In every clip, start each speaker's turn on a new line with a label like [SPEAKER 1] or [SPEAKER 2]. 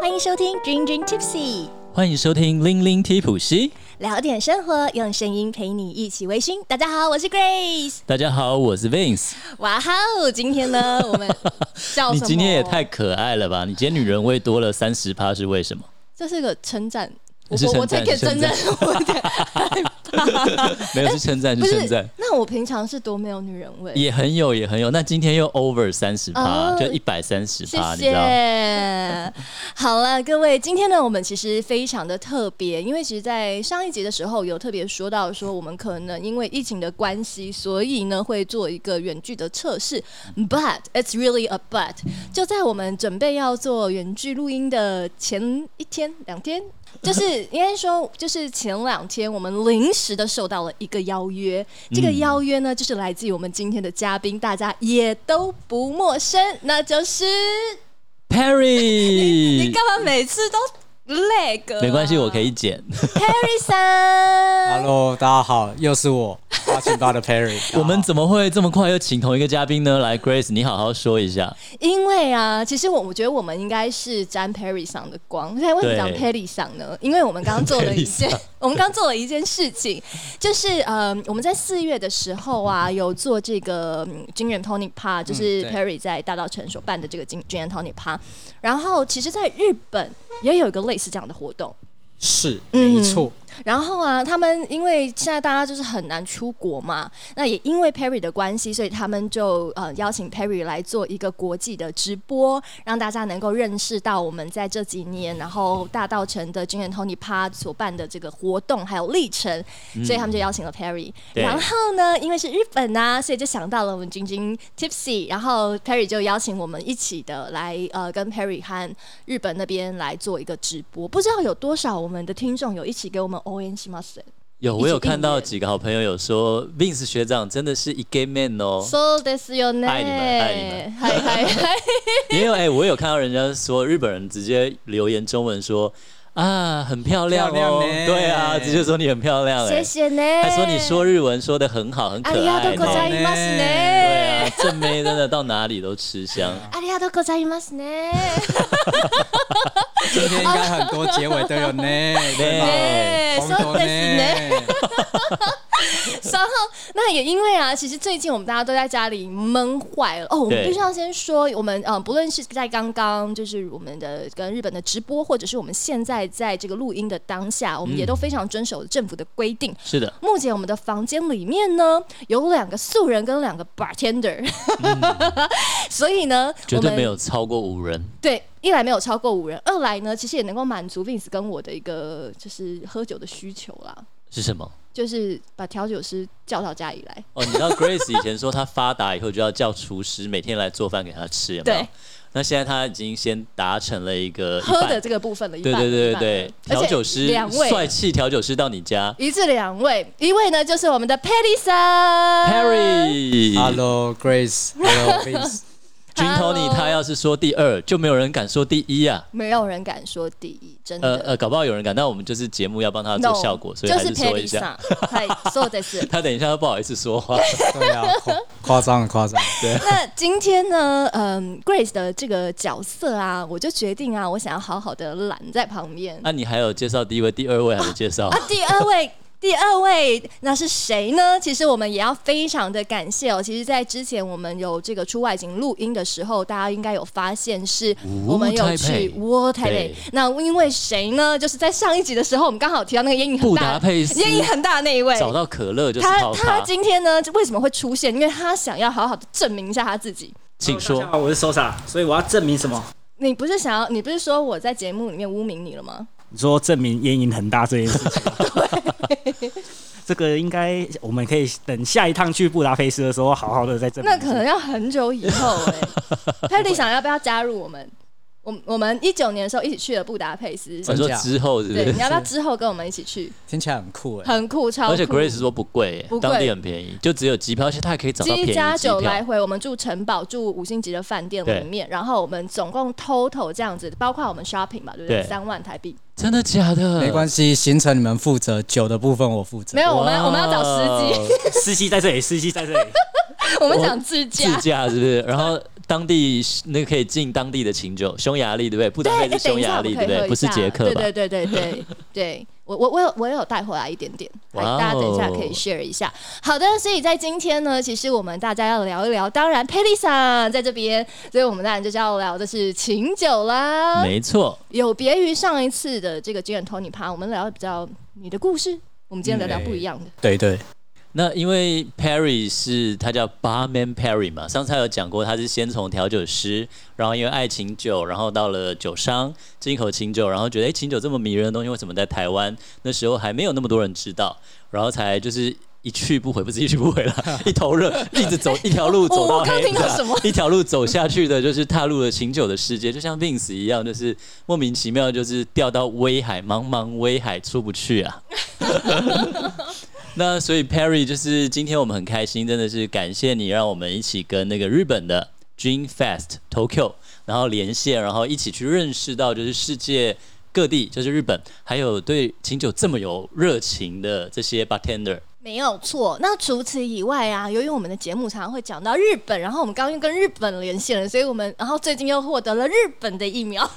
[SPEAKER 1] 欢迎收听 Dream Dream Tipsy，
[SPEAKER 2] 欢迎收听《零零 T 普西》。
[SPEAKER 1] 聊点生活，用声音陪你一起微醺。大家好，我是 Grace。
[SPEAKER 2] 大家好，我是 Vince。
[SPEAKER 1] 哇哈哦，今天呢，我 们叫
[SPEAKER 2] 你
[SPEAKER 1] 什么？
[SPEAKER 2] 今天也太可爱了吧！你今天女人味多了三十趴是为什 么？
[SPEAKER 1] 这是个称赞。我
[SPEAKER 2] 是
[SPEAKER 1] 我我
[SPEAKER 2] 称赞
[SPEAKER 1] 这个真
[SPEAKER 2] 称
[SPEAKER 1] 的，我有点害怕。
[SPEAKER 2] 没有是称赞，
[SPEAKER 1] 不
[SPEAKER 2] 是称
[SPEAKER 1] 是
[SPEAKER 2] 赞，，
[SPEAKER 1] 那我平常是多没有女人味。
[SPEAKER 2] 也很有，也很有。那今天又 over 三十趴，
[SPEAKER 1] 哦
[SPEAKER 2] 就一百三十
[SPEAKER 1] 谢
[SPEAKER 2] 趴，你知道？
[SPEAKER 1] 谢。 好了，各位，今天呢，我们其实非常的特别，因为其实，在上一集的时候有特别说到说，我们可能因为疫情的关系，所以呢会做一个远距的测试。But it's really a but。就在我们准备要做远距录音的前一天、两天。就是应该说，就是前两天我们临时的受到了一个邀约，
[SPEAKER 2] 嗯
[SPEAKER 1] 这个邀约呢，就是来自于我们今天的嘉宾，大家也都不陌生，那就是
[SPEAKER 2] Perry，
[SPEAKER 1] 你干嘛每次都 lag？、
[SPEAKER 2] 没关系，我可
[SPEAKER 1] 以。
[SPEAKER 2] 以剪。。
[SPEAKER 1] Perry 三，
[SPEAKER 3] Hello，大家好，又是我八千八的 Perry
[SPEAKER 1] 哦
[SPEAKER 2] 我们
[SPEAKER 3] 怎
[SPEAKER 2] 怎么会这么快又请同一个嘉宾呢？来，Grace，你好好说一下。
[SPEAKER 1] 因为啊，其实我我觉得我们应该是沾 Perry 上的光。现在为什么讲
[SPEAKER 2] 对
[SPEAKER 1] Perry 上呢？因为我们刚刚做了一件
[SPEAKER 2] Perry，
[SPEAKER 1] 我们刚做了一件事情，就是呃，我们在四月的时候啊，有做这个嗯金元 Tony Pa，就是
[SPEAKER 3] 嗯对
[SPEAKER 1] Perry 在大道城所办的这个金金元 Tony Pa。然后，其实，在日本也有一个类似这样的活动。
[SPEAKER 3] 是
[SPEAKER 1] 嗯
[SPEAKER 3] 没错？
[SPEAKER 1] 然后啊，他们因为现在大家就是很难出国嘛，那也因为 Perry 的关系，所以他们就呃邀请 Perry 来做一个国际的直播，让大家能够认识到我们在这几年，然后大道城的金元 Tony 趴所办的这个活动还有历程，所以他们就邀请了 Perry。
[SPEAKER 2] 对
[SPEAKER 1] 然后呢，因为是日本呐、所以就想到了我们君君 Tipsy，然后 Perry 就邀请我们一起的来呃跟 Perry 和日本那边来做一个直播，不知道有多少我们的听众有一起给我们 O N 西马森
[SPEAKER 2] 有，
[SPEAKER 1] 一
[SPEAKER 2] 我
[SPEAKER 1] 起
[SPEAKER 2] 有看到
[SPEAKER 1] 应援
[SPEAKER 2] 几个好朋友有说，Vince 学长真的是一 gay man 哦。
[SPEAKER 1] ，So this your name，
[SPEAKER 2] 爱你们爱你们
[SPEAKER 1] 嗨 嗨嗨，
[SPEAKER 2] 也有哎、我有看到人家说日本人直接留言中文说啊，很漂亮
[SPEAKER 3] 漂
[SPEAKER 2] 哦，
[SPEAKER 3] 亮呢
[SPEAKER 2] 对啊，直接说你很漂亮哎、
[SPEAKER 1] 谢哎谢呢，
[SPEAKER 2] 还说你说日文说的哎很好，很可
[SPEAKER 1] ありが
[SPEAKER 2] 爱
[SPEAKER 1] とう
[SPEAKER 2] 呢、
[SPEAKER 1] ございます
[SPEAKER 2] 对
[SPEAKER 1] ね
[SPEAKER 2] 啊，正妹真的到哪里都吃 香。
[SPEAKER 1] ありがとうございますね。
[SPEAKER 3] 今天应该很多结尾都有呢， 对吧？
[SPEAKER 1] 说
[SPEAKER 3] 红头
[SPEAKER 1] 的是
[SPEAKER 3] 呢，
[SPEAKER 1] 然后，那也因为啊，其实最近我们大家都在家里闷坏了哦。我们
[SPEAKER 2] 对
[SPEAKER 1] 必须要先说，我们呃，不论是在刚刚就是我们的跟日本的直播，或者是我们现在在这个录音的当下，我们也都非常遵守政府的规定。
[SPEAKER 2] 是的，
[SPEAKER 1] 目前我们的房间里面呢，有两个素人跟两个 bartender，、所 以呢，
[SPEAKER 2] 嗯绝
[SPEAKER 1] 我
[SPEAKER 2] 对
[SPEAKER 1] 们
[SPEAKER 2] 没有超过五人。
[SPEAKER 1] 对，一来没有超过五人，二来呢，其实也能够满足 Vince 跟我的一个就是喝酒的需求啦，
[SPEAKER 2] 是什么？
[SPEAKER 1] 就是把调酒师叫到家里来。
[SPEAKER 2] 哦，你知道 Grace 以前说她发达以后就要叫厨师每天来做饭给她吃，有没有
[SPEAKER 1] 对？
[SPEAKER 2] 那现在她已经先达成了一个一
[SPEAKER 1] 喝
[SPEAKER 2] 半
[SPEAKER 1] 的这个部分的一
[SPEAKER 2] 对
[SPEAKER 1] 半，
[SPEAKER 2] 对对
[SPEAKER 1] 一
[SPEAKER 2] 对
[SPEAKER 1] 半
[SPEAKER 2] 对，
[SPEAKER 1] 而且
[SPEAKER 2] 调酒师
[SPEAKER 1] 两
[SPEAKER 2] 帅
[SPEAKER 1] 位，
[SPEAKER 2] 气调酒师到你家
[SPEAKER 1] 一至两位，一位呢就是我们的 Patty 三
[SPEAKER 2] ，Perry。
[SPEAKER 3] Hello Grace，Hello Vince，
[SPEAKER 2] 君 Tony
[SPEAKER 1] Hello
[SPEAKER 2] 他要是说第二，就没有人敢说第一啊。
[SPEAKER 1] 没有人敢说第一，真
[SPEAKER 2] 呃
[SPEAKER 1] 的。
[SPEAKER 2] 呃，搞不好有人敢，但我们就是节目要帮他做
[SPEAKER 1] 嗯 No，
[SPEAKER 2] 效果，所以
[SPEAKER 1] 就
[SPEAKER 2] 还
[SPEAKER 1] 是
[SPEAKER 2] 说一
[SPEAKER 1] Patty
[SPEAKER 2] 下。
[SPEAKER 1] 上，嗨，说的是。
[SPEAKER 2] 他等一下又不好意思说话，
[SPEAKER 3] 对啊，夸夸张了，夸张了。对，
[SPEAKER 1] 那今天呢，嗯，Grace 的这个角色啊，我就决定啊，我想要好好的揽在旁边。
[SPEAKER 2] 那、啊你还有介绍第一位、第二位还没介绍？
[SPEAKER 1] 啊，第二位。第二位那是谁呢？其实我们也要非常的感谢哦。其实，在之前我们有这个出外景录音的时候，大家应该有发现是
[SPEAKER 2] 呜
[SPEAKER 1] 我们有
[SPEAKER 2] 台
[SPEAKER 1] 去
[SPEAKER 2] 北
[SPEAKER 1] 窝台北
[SPEAKER 2] 对。
[SPEAKER 1] 那因为谁呢？就是在上一集的时候，我们刚好有提到那个烟瘾很
[SPEAKER 2] 布
[SPEAKER 1] 大
[SPEAKER 2] 达佩斯
[SPEAKER 1] 烟瘾很哎大的那一位。
[SPEAKER 2] 找到可乐就是
[SPEAKER 1] 他
[SPEAKER 2] 靠
[SPEAKER 1] 他今天呢，为什么会出现？因为他想要好好的证明一下他自己。
[SPEAKER 2] 请
[SPEAKER 4] 大家
[SPEAKER 2] 说，
[SPEAKER 4] 好，我是 Sosa，所以我要证明什么？
[SPEAKER 1] 你不是想要？你不是说我在节目里面污名你了吗？
[SPEAKER 4] 你说证明烟瘾很大这件事 情吗。 这个应该我们可以等下一趟去布达佩斯的时候，好好的再证 明
[SPEAKER 1] 那
[SPEAKER 4] 一下。
[SPEAKER 1] 可能要很久以后 哎、佩利想要不要加入我们？我我们一九年的时候一起去了布达佩斯，
[SPEAKER 2] 你说
[SPEAKER 3] 真假
[SPEAKER 2] 之后是不
[SPEAKER 1] 对，
[SPEAKER 2] 是
[SPEAKER 1] 你？要不要之后跟我们一起去？
[SPEAKER 3] 听起来很酷哎。
[SPEAKER 1] 很酷，超酷。
[SPEAKER 2] 而且 Grace 说不贵、耶
[SPEAKER 1] 不贵
[SPEAKER 2] 当地很便宜，就只有机票，而且他还可以找到便宜
[SPEAKER 1] 七
[SPEAKER 2] 机
[SPEAKER 1] 加九。
[SPEAKER 2] 票
[SPEAKER 1] 来回，我们住城堡，住五星级的饭店里面，然后我们总共 total 这样子，包括我们 shopping 吧，对不对？
[SPEAKER 2] 对
[SPEAKER 1] 三万台币。
[SPEAKER 2] 真的假的？
[SPEAKER 3] 没关系，行程你们负责，酒的部分我负责。
[SPEAKER 1] 没有，
[SPEAKER 2] 哇
[SPEAKER 1] 我们我们要找司机，
[SPEAKER 4] 司机在这里，司机在这里，
[SPEAKER 1] 我们想自驾
[SPEAKER 2] 自。驾是不是？然后当地那个可以进当地的琴酒，匈牙利对不对？布达佩
[SPEAKER 1] 对，哎
[SPEAKER 2] 斯匈牙利对不对？不是捷克吧？
[SPEAKER 1] 对对对对 对对。我我我有我有带回来一点点，来
[SPEAKER 2] 哇哦
[SPEAKER 1] 大家等一下可以 share 一下。好的，所以在今天呢，其实我们大家要聊一聊，当然 p e l i s a 在这边，所以我们当然就是要聊的是琴酒啦。
[SPEAKER 2] 没错，
[SPEAKER 1] 有别于上一次的这个 Gin and Tony 趴，我们聊的比较你的故事，我们今天聊聊不一样
[SPEAKER 2] 嗯
[SPEAKER 1] 的。
[SPEAKER 3] 对对，
[SPEAKER 2] 那因为 Perry 是他叫 Barman Perry 嘛，上次他有讲过，他是先从调酒师，然后因为爱琴酒，然后到了酒商，进口琴酒，然后觉得哎，诶琴酒这么迷人的东西，为什么在台湾那时候还没有那么多人知道？然后才就是一去不回，不是一去不回 了，一头热，一直走一条路走
[SPEAKER 1] 我
[SPEAKER 2] 到
[SPEAKER 1] 我刚
[SPEAKER 2] 黑，
[SPEAKER 1] 听到
[SPEAKER 2] 不是啊
[SPEAKER 1] 什么
[SPEAKER 2] 一条路走下去的，就是踏入了琴酒的世界，就像 Vince 一样，就是莫名其妙就是掉到威海，茫茫威海出不去啊。那所以 Perry 就是今天我们很开心，真的是感谢你让我们一起跟那个日本的 Dream Fest Tokyo，然后连线，然后一起去认识到就是世界各地，就是日本，还有对琴酒这么有热情的这些 bartender。
[SPEAKER 1] 没有错。那除此以外啊，由于我们的节目常常会讲到日本，然后我们刚刚又跟日本连线了，所以我们然后最近又获得了日本的疫苗。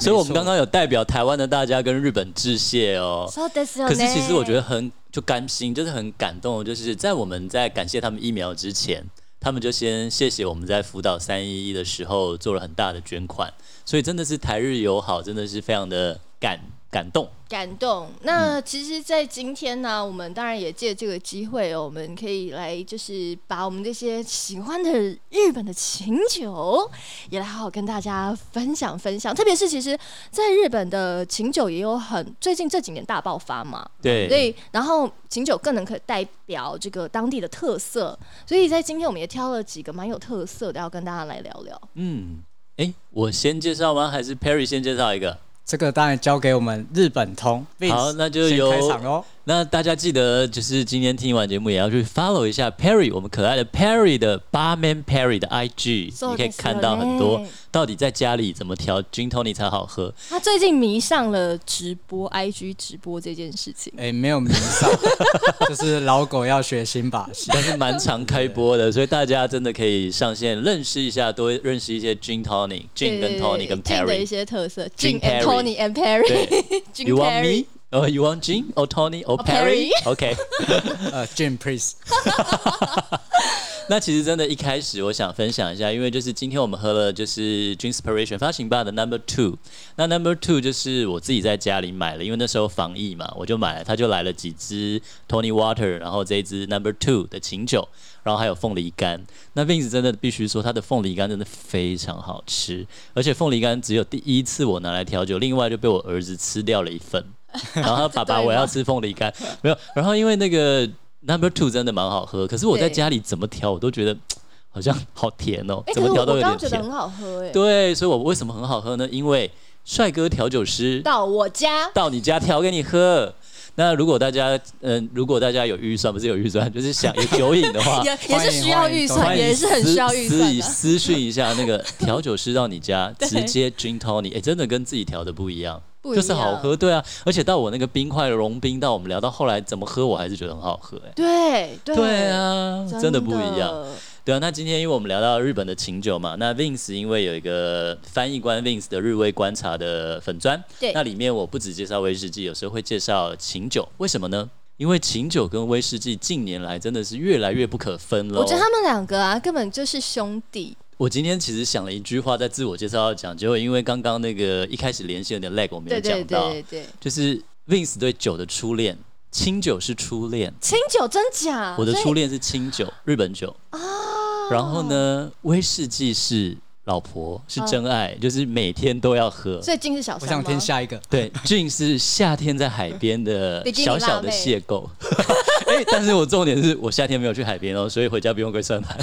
[SPEAKER 2] 所以我们刚刚有代表台湾的大家跟日本致谢哦。
[SPEAKER 1] そうですよ
[SPEAKER 2] 可
[SPEAKER 1] ね
[SPEAKER 2] 是其实我
[SPEAKER 1] 哎
[SPEAKER 2] 觉得很就甘心，就是很感动，就是在我们在感谢他们疫苗之前，他们就先谢谢我们在福岛三一一的时候做了很大的捐款，所以真的是台日友好，真的是非常的感感动。
[SPEAKER 1] 感动。那其实，在今天呢、我们当然也借这个机会哦，我们可以来就是把我们这些喜欢的日本的琴酒，也来好好跟大家分享分享。特别是其实，在日本的琴酒也有很最近这几年大爆发嘛，所
[SPEAKER 2] 对，
[SPEAKER 1] 以，然后琴酒更能可代表这个当地的特色，所以在今天我们也挑了几个蛮有特色的，要跟大家来聊聊。
[SPEAKER 2] 嗯，诶，我先介绍吗？还是 Perry 先介绍一个？
[SPEAKER 3] 这个当然交给我们日本通。
[SPEAKER 2] 好
[SPEAKER 3] Vince，
[SPEAKER 2] 那就
[SPEAKER 3] 先
[SPEAKER 2] 由
[SPEAKER 3] 开场喽。
[SPEAKER 2] 那大家记得，就是今天听完节目也要去 follow 一下 Perry，我们可爱的 Perry 的 Barman Perry 的 IG，
[SPEAKER 1] そう
[SPEAKER 2] 你可以
[SPEAKER 1] ですよ
[SPEAKER 2] 看到很多
[SPEAKER 1] ね
[SPEAKER 2] 到底在家里怎么调 Gin Tony 才好喝。
[SPEAKER 1] 他最近迷上了直播，IG 直播这件事情。
[SPEAKER 3] 哎，没有迷上，就是老狗要学新把戏。
[SPEAKER 2] 但是蛮常开播的，所以大家真的可以上线认识一下，多认识一些 Gin Tony、Gin 跟 Tony 跟
[SPEAKER 1] Jin 的一
[SPEAKER 2] Perry。
[SPEAKER 1] 些特色
[SPEAKER 2] Jin
[SPEAKER 1] ，Jin and
[SPEAKER 2] Perry
[SPEAKER 1] Tony and Perry
[SPEAKER 2] 对。
[SPEAKER 1] Jin
[SPEAKER 2] You want
[SPEAKER 1] Perry
[SPEAKER 2] me? Oh, you want Gin or Tony or
[SPEAKER 1] Or
[SPEAKER 2] Perry?
[SPEAKER 1] Perry.
[SPEAKER 2] OK。
[SPEAKER 3] 呃，Jim Priest，
[SPEAKER 2] 那其实真的，一开始我想分享一下，因为就是今天我们喝了就是 d r i n s p i r a t i o n 发行吧的 Number Two，那 Number Two 就是我自己在家里买了，因为那时候防疫嘛，我就买了，它就来了几支 Tony Water，然后这一支 Number Two 的琴酒，然后还有凤梨干。那 Vince 真的必须说，它的凤梨干真的非常好吃，而且凤梨干只有第一次我拿来调酒，另外就被我儿子吃掉了一份。然后他爸爸，
[SPEAKER 1] 对吗
[SPEAKER 2] 我要吃凤梨干，没有。然后因为那个 Number Two 真的蛮好喝，可是我在
[SPEAKER 1] 对
[SPEAKER 2] 家里怎么调，我都觉得好像好甜哦，
[SPEAKER 1] 哎，可
[SPEAKER 2] 怎
[SPEAKER 1] 是
[SPEAKER 2] 么
[SPEAKER 1] 我
[SPEAKER 2] 调
[SPEAKER 1] 我
[SPEAKER 2] 都有
[SPEAKER 1] 刚刚
[SPEAKER 2] 点
[SPEAKER 1] 觉得
[SPEAKER 2] 甜
[SPEAKER 1] 很。好喝哎。
[SPEAKER 2] 对，所以我为什么很好喝呢？因为帅哥调酒师
[SPEAKER 1] 到我家，
[SPEAKER 2] 到你家调给你喝。那如果大家，嗯、如果大家有预算，不是有预算，就是想有酒瘾的话，
[SPEAKER 1] 也也是需要预
[SPEAKER 3] 欢
[SPEAKER 1] 算，
[SPEAKER 2] 啊欢迎
[SPEAKER 1] 也是很需要预算
[SPEAKER 2] 私
[SPEAKER 1] 的。
[SPEAKER 2] 私私讯一下那个调酒师到你家，
[SPEAKER 1] 对
[SPEAKER 2] 直接 gin tonic，哎、真的跟自己调的不一样，
[SPEAKER 1] 不一
[SPEAKER 2] 就
[SPEAKER 1] 样
[SPEAKER 2] 是好喝，对啊。而且到我那个冰块融冰，到我们聊到后来怎么喝，我还是觉得很好喝、哎。
[SPEAKER 1] 对对
[SPEAKER 2] 对，啊，真的不一样。
[SPEAKER 1] 的。
[SPEAKER 2] 对啊，那今天因为我们聊到日本的琴酒嘛，那 Vince 因为有一个翻译官 Vince 的日味观察的粉砖，
[SPEAKER 1] 对
[SPEAKER 2] 那里面我不只介绍威士忌，有时候会介绍琴酒，为什么呢？因为琴酒跟威士忌近年来真的是越来越不可分了哦。
[SPEAKER 1] 我觉得他们两个啊，根本就是兄弟。
[SPEAKER 2] 我今天其实想了一句话，在自我介绍要讲，结果因为刚刚那个一开始连线有点 lag，我没有
[SPEAKER 1] 对
[SPEAKER 2] 讲
[SPEAKER 1] 对
[SPEAKER 2] 到，
[SPEAKER 1] 对对对，
[SPEAKER 2] 就是 Vince 对酒的初恋，清酒是初恋，
[SPEAKER 1] 清酒真假？
[SPEAKER 2] 我的
[SPEAKER 1] 哦所以哦
[SPEAKER 2] 初恋是清酒，日本酒然后呢，威士忌是老婆，是真爱，就是每天都要喝。
[SPEAKER 1] 哦所以金是小
[SPEAKER 3] 我
[SPEAKER 1] 三
[SPEAKER 3] 想
[SPEAKER 1] 吗？
[SPEAKER 3] 听下一个。
[SPEAKER 2] 对，Jun 是夏天在海边的
[SPEAKER 1] 比基尼
[SPEAKER 2] 小小
[SPEAKER 1] 辣
[SPEAKER 2] 的
[SPEAKER 1] 妹
[SPEAKER 2] 邂逅。 哎，但是我重点是我夏天没有去海边哦，所以回家不用跪算盘。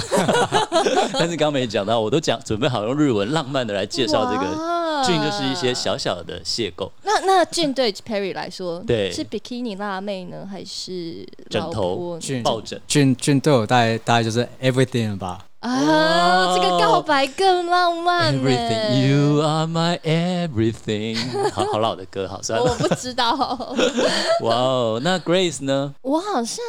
[SPEAKER 2] 但是刚没讲到，我都讲准备好用日文浪漫的来介绍这个。
[SPEAKER 1] 哇
[SPEAKER 2] Jun 就是一些小小的邂逅，
[SPEAKER 1] 那那俊对 Perry 来说，
[SPEAKER 2] 对
[SPEAKER 1] 是比基尼辣妹呢，还是
[SPEAKER 2] 枕
[SPEAKER 1] 老
[SPEAKER 2] 头
[SPEAKER 1] 婆呢
[SPEAKER 3] 俊
[SPEAKER 2] 抱枕。
[SPEAKER 3] 俊俊对我大概大概就是 everything 了吧。
[SPEAKER 1] 啊？这个告白更浪漫呢
[SPEAKER 2] Everything, you are my everything 好。好老的歌，好算
[SPEAKER 1] 我
[SPEAKER 2] 了。
[SPEAKER 1] 不知道，
[SPEAKER 2] 哇哦，那 Grace 呢？
[SPEAKER 1] 我好像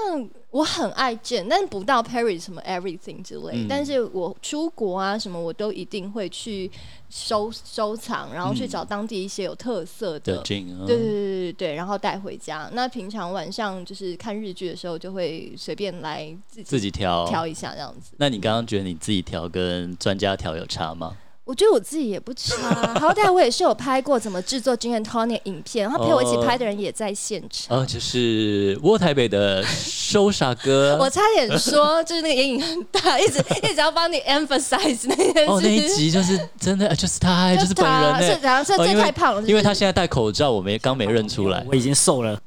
[SPEAKER 1] 我很爱见，但不到 Paris 什么 everything 之类。
[SPEAKER 2] 嗯
[SPEAKER 1] 但是我出国啊什么，我都一定会去收收藏，然后去找当地一些有特色的。
[SPEAKER 2] 的 Jane，嗯
[SPEAKER 1] 对对对对对，然后带回家。那平常晚上就是看日剧的时候，就会随便来自己
[SPEAKER 2] 自己挑。
[SPEAKER 1] 挑一下这样子。
[SPEAKER 2] 那你刚刚觉得你自己调跟专家调有差吗？
[SPEAKER 1] 我觉得我自己也不差，啊 好歹我也是有拍过怎么制作 Gin and Tony 影片，然后陪我一起拍的人也在现场。
[SPEAKER 2] 呃，就是窝台北的收傻哥，
[SPEAKER 1] 我差点说，就是那个眼影很大，一直 一直要帮你 emphasize 那件事。
[SPEAKER 2] 哦那一集就是真的，呃就是他，就是本人
[SPEAKER 1] 他
[SPEAKER 2] 呢、
[SPEAKER 1] 是然后这这
[SPEAKER 2] 哦因为
[SPEAKER 1] 太胖了，是不是
[SPEAKER 2] 因为他现在戴口罩，我没刚没认出来。
[SPEAKER 4] 我已经瘦了。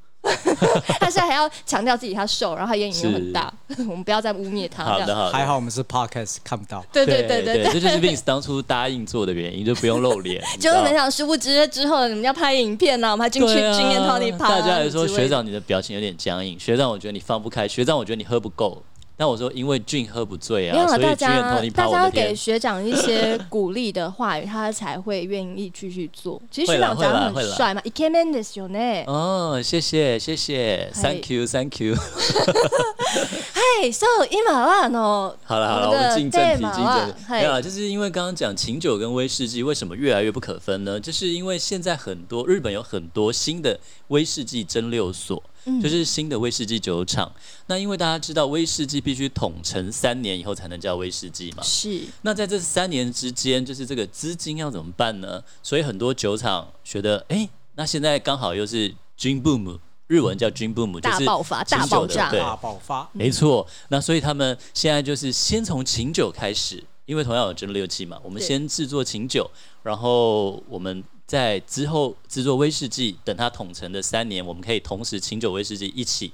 [SPEAKER 1] 他现在还要强调自己他瘦，然后他眼影又很大， 我们不要再污蔑他。
[SPEAKER 2] 好
[SPEAKER 1] 这样
[SPEAKER 2] 的，好的，
[SPEAKER 3] 还好我们是 podcast 看不到。
[SPEAKER 1] 对对
[SPEAKER 2] 对
[SPEAKER 1] 对对
[SPEAKER 2] 这就是 Vince 当初答应做的原因，就不用露 脸。你知
[SPEAKER 1] 结
[SPEAKER 2] 道
[SPEAKER 1] 果没想到，殊不知之后你们要拍影片呢，我们还进去
[SPEAKER 2] 对
[SPEAKER 1] 经验
[SPEAKER 2] 啊
[SPEAKER 1] Tony 趴
[SPEAKER 2] 大家来
[SPEAKER 1] 之类
[SPEAKER 2] 说，
[SPEAKER 1] 的
[SPEAKER 2] 学长你的表情有点僵硬，学长我觉得你放不开，学长我觉得你喝不够。但我说因为俊喝不醉
[SPEAKER 1] 没有了，
[SPEAKER 2] 啊，所以
[SPEAKER 1] 大
[SPEAKER 2] 俊也
[SPEAKER 1] 家
[SPEAKER 2] Tony
[SPEAKER 1] 大
[SPEAKER 2] 趴我
[SPEAKER 1] 家要
[SPEAKER 2] 的
[SPEAKER 1] 给
[SPEAKER 2] 天。
[SPEAKER 1] 学长一些鼓励的话语，他才会愿意继续做。其实学长
[SPEAKER 2] 会啦
[SPEAKER 1] 长
[SPEAKER 2] 会啦
[SPEAKER 1] 得
[SPEAKER 2] 会
[SPEAKER 1] 很
[SPEAKER 2] 啦
[SPEAKER 1] 帅嘛，イケメンですよね。
[SPEAKER 2] 哦，谢谢谢谢，Thank you，Thank you。
[SPEAKER 1] 嗨，so 今はあの
[SPEAKER 2] 好了好了，
[SPEAKER 1] 我
[SPEAKER 2] 我
[SPEAKER 1] 们的
[SPEAKER 2] 们进正题，
[SPEAKER 1] team 啊
[SPEAKER 2] 进正题。
[SPEAKER 1] 嗨
[SPEAKER 2] 没有啦，就是因为刚刚讲琴酒跟威士忌为什么越来越不可分呢？就是因为现在很多日本有很多新的威士忌蒸馏所，
[SPEAKER 1] 嗯
[SPEAKER 2] 就是新的威士忌酒厂。那因为大家知道威士忌必须统称三年以后才能叫威士忌嘛，
[SPEAKER 1] 是
[SPEAKER 2] 那在这三年之间，就是这个资金要怎么办呢？所以很多酒厂觉得，哎、那现在刚好又是 Dream Boom，日文叫 Dream Boom，就
[SPEAKER 1] 大
[SPEAKER 2] 是
[SPEAKER 1] 爆发、大
[SPEAKER 2] 清酒
[SPEAKER 1] 爆
[SPEAKER 2] 的
[SPEAKER 1] 炸。
[SPEAKER 2] 对
[SPEAKER 3] 大爆发，
[SPEAKER 1] 嗯
[SPEAKER 2] 没错，那所以他们现在就是先从琴酒开始，因为同样有蒸馏器嘛，我们
[SPEAKER 1] 对
[SPEAKER 2] 先制作琴酒，然后我们在之后制作威士忌，等它统成的三年，我们可以同时琴酒威士忌一起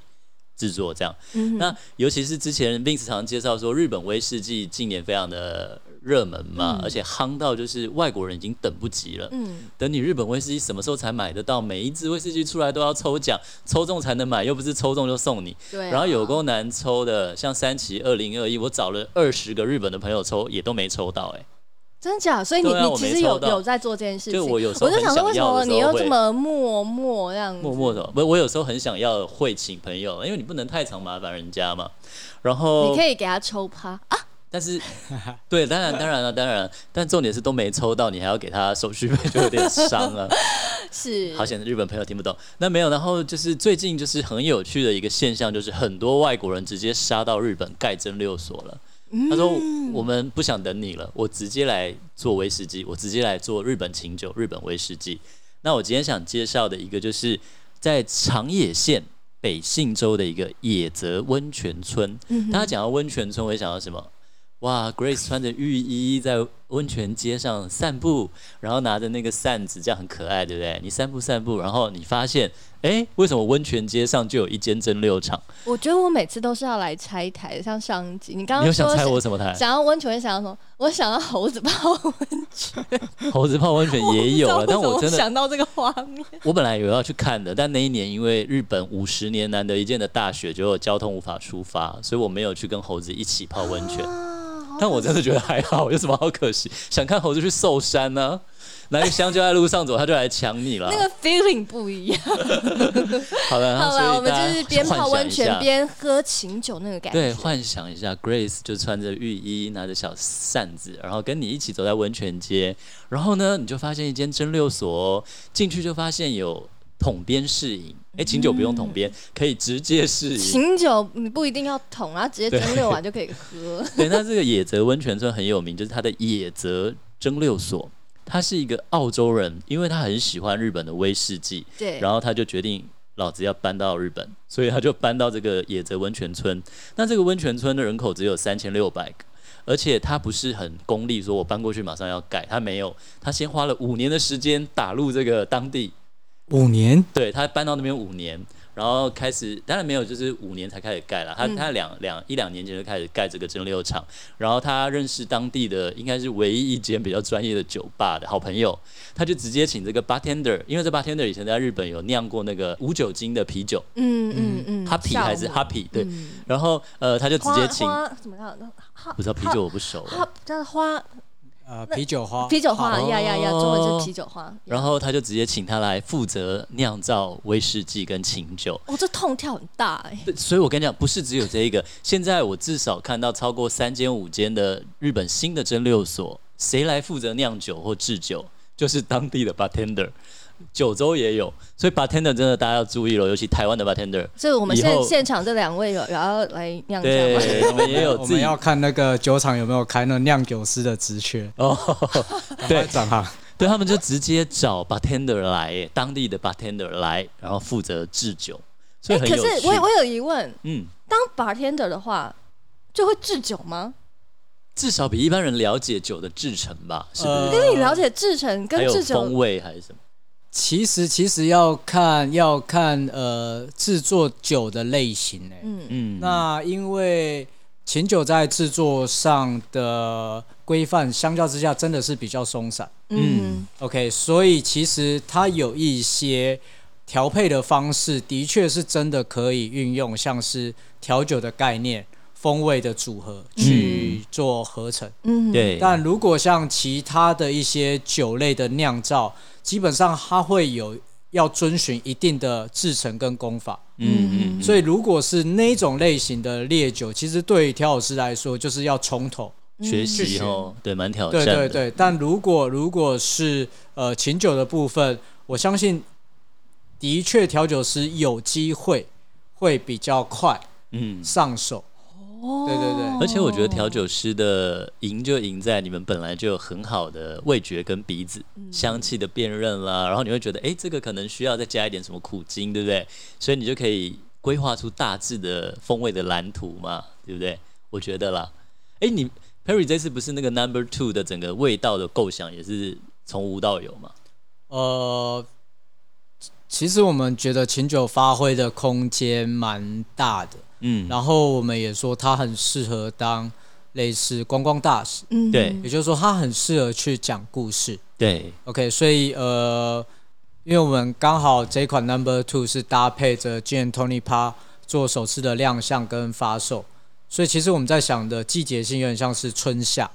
[SPEAKER 2] 制作这样。
[SPEAKER 1] 嗯
[SPEAKER 2] 那尤其是之前 Vince 常介绍说，日本威士忌近年非常的热门嘛，而且夯到就是外国人已经等不及了。
[SPEAKER 1] 嗯，
[SPEAKER 2] 等你日本威士忌什么时候才买得到？每一支威士忌出来都要抽奖，抽中才能买，又不是抽中就送你。
[SPEAKER 1] 对啊。
[SPEAKER 2] 然后有够难抽的，像三期二零二一，我找了二十个日本的朋友抽，也都没抽到、欸，
[SPEAKER 1] 真假？所以你
[SPEAKER 2] 对啊
[SPEAKER 1] 你
[SPEAKER 2] 我
[SPEAKER 1] 其
[SPEAKER 2] 没
[SPEAKER 1] 实有
[SPEAKER 2] 抽到
[SPEAKER 1] 有在做这件事情。
[SPEAKER 2] 就我有时候
[SPEAKER 1] 我就
[SPEAKER 2] 很
[SPEAKER 1] 想说，为
[SPEAKER 2] 想
[SPEAKER 1] 什
[SPEAKER 2] 要
[SPEAKER 1] 么
[SPEAKER 2] 的时
[SPEAKER 1] 你
[SPEAKER 2] 候
[SPEAKER 1] 又这
[SPEAKER 2] 会
[SPEAKER 1] 么默默这样子？
[SPEAKER 2] 默默的。不，我有时候很想要会请朋友，因为你不能太常麻烦人家嘛。然后
[SPEAKER 1] 你可以给他抽趴啊！
[SPEAKER 2] 但是，对，当然，当然啊了，当然，但重点是都没抽到，你还要给他手续费，就有点伤啊了。
[SPEAKER 1] 是
[SPEAKER 2] 好险，日本朋友听不懂。那没有，然后就是最近就是很有趣的一个现象，就是很多外国人直接杀到日本盖蒸馏所了。他说：“我们不想等你了，我直接来做威士忌，我直接来做日本琴酒、日本威士忌。”那我今天想介绍的一个，就是在长野县北信州的一个野泽温泉村。大家讲到温泉村，我会想到什么？哇，Grace 穿着浴衣在温泉街上散步，然后拿着那个扇子，这样很可爱，对不对？你散步散步，然后你发现，哎，为什么温泉街上就有一间蒸馏厂？
[SPEAKER 1] 我觉得我每次都是要来拆台的，像上一集你刚
[SPEAKER 2] 你有
[SPEAKER 1] 刚
[SPEAKER 2] 想
[SPEAKER 1] 说
[SPEAKER 2] 猜我
[SPEAKER 1] 想
[SPEAKER 2] 什么台？
[SPEAKER 1] 想要温泉，想要什么？我想要猴子泡温泉，
[SPEAKER 2] 猴子泡温泉也有了，
[SPEAKER 1] 不知道为
[SPEAKER 2] 但
[SPEAKER 1] 什么
[SPEAKER 2] 我真的，
[SPEAKER 1] 想到这个画面。
[SPEAKER 2] 我本来有要去看的，但那一年因为日本五十年难得一见的大雪，结果交通无法出发，所以我没有去跟猴子一起泡温泉。
[SPEAKER 1] 啊
[SPEAKER 2] 但我真的觉得还好，有什么好可惜？想看猴子去寿 山呢、拿个香蕉在路上走，他就来抢你了
[SPEAKER 1] 那。个 feeling 不一样。
[SPEAKER 2] 好了，
[SPEAKER 1] 好
[SPEAKER 2] 啊所以
[SPEAKER 1] 了，我们
[SPEAKER 2] 大家
[SPEAKER 1] 就是边
[SPEAKER 2] 幻
[SPEAKER 1] 泡
[SPEAKER 2] 想
[SPEAKER 1] 温
[SPEAKER 2] 一
[SPEAKER 1] 泉
[SPEAKER 2] 下
[SPEAKER 1] 边喝琴酒那个感觉。
[SPEAKER 2] 对，幻想一下，Grace 就穿着浴衣，拿着小扇子，然后跟你一起走在温泉街。然后呢，你就发现一间蒸馏所哦、进去就发现有桶边试饮。哎，琴酒不用桶
[SPEAKER 1] 嗯
[SPEAKER 2] 边，可以直接试饮。
[SPEAKER 1] 琴酒你不一定要桶，然后直接蒸馏完就可以喝。
[SPEAKER 2] 对，那这个野泽温泉村很有名，就是它的野泽蒸馏所。他是一个澳洲人，因为他很喜欢日本的威士忌，
[SPEAKER 1] 对，
[SPEAKER 2] 然后他就决定老子要搬到日本，所以他就搬到这个野泽温泉村。那这个温泉村的人口只有三千六百个，而且他不是很功利，说我搬过去马上要盖，他没有，他先花了五年的时间打入这个当地，
[SPEAKER 3] 五年
[SPEAKER 2] 对他搬到那边五年。然后开始，当然没有，就是五年才开始盖了。
[SPEAKER 1] 嗯
[SPEAKER 2] 他他两两一两年前就开始盖这个蒸馏厂，然后他认识当地的应该是唯一一间比较专业的酒吧的好朋友，他就直接请这个 bartender，因为这 bartender 以前在日本有酿过那个无酒精的啤酒
[SPEAKER 1] 嗯嗯嗯
[SPEAKER 2] ，happy 还
[SPEAKER 1] 酵
[SPEAKER 2] 是
[SPEAKER 1] 母
[SPEAKER 2] happy 对，然后呃他就直
[SPEAKER 1] 花
[SPEAKER 2] 接请，
[SPEAKER 1] 花怎么样？哈
[SPEAKER 2] 不知道啤酒我不熟，
[SPEAKER 1] 哈，这花
[SPEAKER 3] 呃，啤酒花，
[SPEAKER 1] 啤酒花，呀呀呀，
[SPEAKER 2] 哦
[SPEAKER 1] 中文是啤酒花。
[SPEAKER 2] 然后他就直接请他来负责酿造威士忌跟琴酒。
[SPEAKER 1] 哦，这痛跳很大哎、
[SPEAKER 2] 对所以，我跟你讲，不是只有这一个。现在我至少看到超过三间、五间的日本新的蒸馏所，谁来负责酿酒或制酒，就是当地的 bartender。九州也有，所以 bartender 真的大家要注意了，尤其台湾的 bartender。
[SPEAKER 1] 所以我们
[SPEAKER 2] 以
[SPEAKER 1] 现
[SPEAKER 2] 后
[SPEAKER 1] 现场这两位有然后来酿酒吗，
[SPEAKER 2] 对，我们也有
[SPEAKER 3] 我
[SPEAKER 2] 自己
[SPEAKER 3] 们要看那个酒厂有没有开那酿酒师的职缺，
[SPEAKER 2] 哦，对
[SPEAKER 3] 长行。
[SPEAKER 2] 对，他们就直接找 bartender 来耶，当地的 bartender 来，然后负责制酒，所以
[SPEAKER 1] 哎、
[SPEAKER 2] 很
[SPEAKER 1] 可
[SPEAKER 2] 有趣。
[SPEAKER 1] 是我我有疑问，
[SPEAKER 2] 嗯，
[SPEAKER 1] 当 bartender 的话，就会制酒吗？
[SPEAKER 2] 至少比一般人了解酒的制成吧，是不是？
[SPEAKER 3] 呃
[SPEAKER 1] 因为你了解制成
[SPEAKER 2] 还
[SPEAKER 1] 跟
[SPEAKER 2] 有
[SPEAKER 1] 制
[SPEAKER 2] 风
[SPEAKER 1] 酒，
[SPEAKER 2] 味还是什么？
[SPEAKER 3] 其实其实要看要看呃制作酒的类型呢、欸
[SPEAKER 1] 嗯，
[SPEAKER 2] 嗯，
[SPEAKER 3] 那因为琴酒在制作上的规范相较之下真的是比较松散
[SPEAKER 1] 嗯
[SPEAKER 3] ，OK，所以其实它有一些调配的方式，的确是真的可以运用，像是调酒的概念、风味的组合去做合成。
[SPEAKER 1] 嗯，
[SPEAKER 2] 对，
[SPEAKER 3] 但如果像其他的一些酒类的酿造，基本上它会有要遵循一定的制成跟工法，
[SPEAKER 2] 嗯嗯，
[SPEAKER 3] 所以如果是那种类型的烈酒，其实对于调酒师来说就是要从头。
[SPEAKER 2] 学习哦，对，蛮挑
[SPEAKER 3] 对
[SPEAKER 2] 战的。
[SPEAKER 3] 嗯对对，但如果如果是呃琴酒的部分，我相信的确调酒师有机会会比较快
[SPEAKER 2] 嗯。
[SPEAKER 3] 上手。
[SPEAKER 1] 哦
[SPEAKER 3] 对对对
[SPEAKER 2] 而且我觉得调酒师的赢就赢在你们本来就有很好的味觉跟鼻子、
[SPEAKER 3] 嗯
[SPEAKER 2] 香气的辨认啦，然后你会觉得，哎，这个可能需要再加一点什么苦精，对不对？所以你就可以规划出大致的风味的蓝图嘛，对不对？我觉得啦，哎，你 Perry 这次不是那个 Number Two 的整个味道的构想也是从无到有嘛？
[SPEAKER 3] 呃，其实我们觉得琴酒发挥的空间蛮大的，
[SPEAKER 2] 嗯，
[SPEAKER 3] 然后我们也说它很适合当类似观光大使，
[SPEAKER 1] 嗯
[SPEAKER 2] 对
[SPEAKER 3] 也就是说它很适合去讲故事。
[SPEAKER 2] 对，
[SPEAKER 3] OK，所以呃，因为我们刚好这一款 Number Two 是搭配着 Gin Tony Pa 做首次的亮相跟发售，所以其实我们在想的季节性有点像是春夏。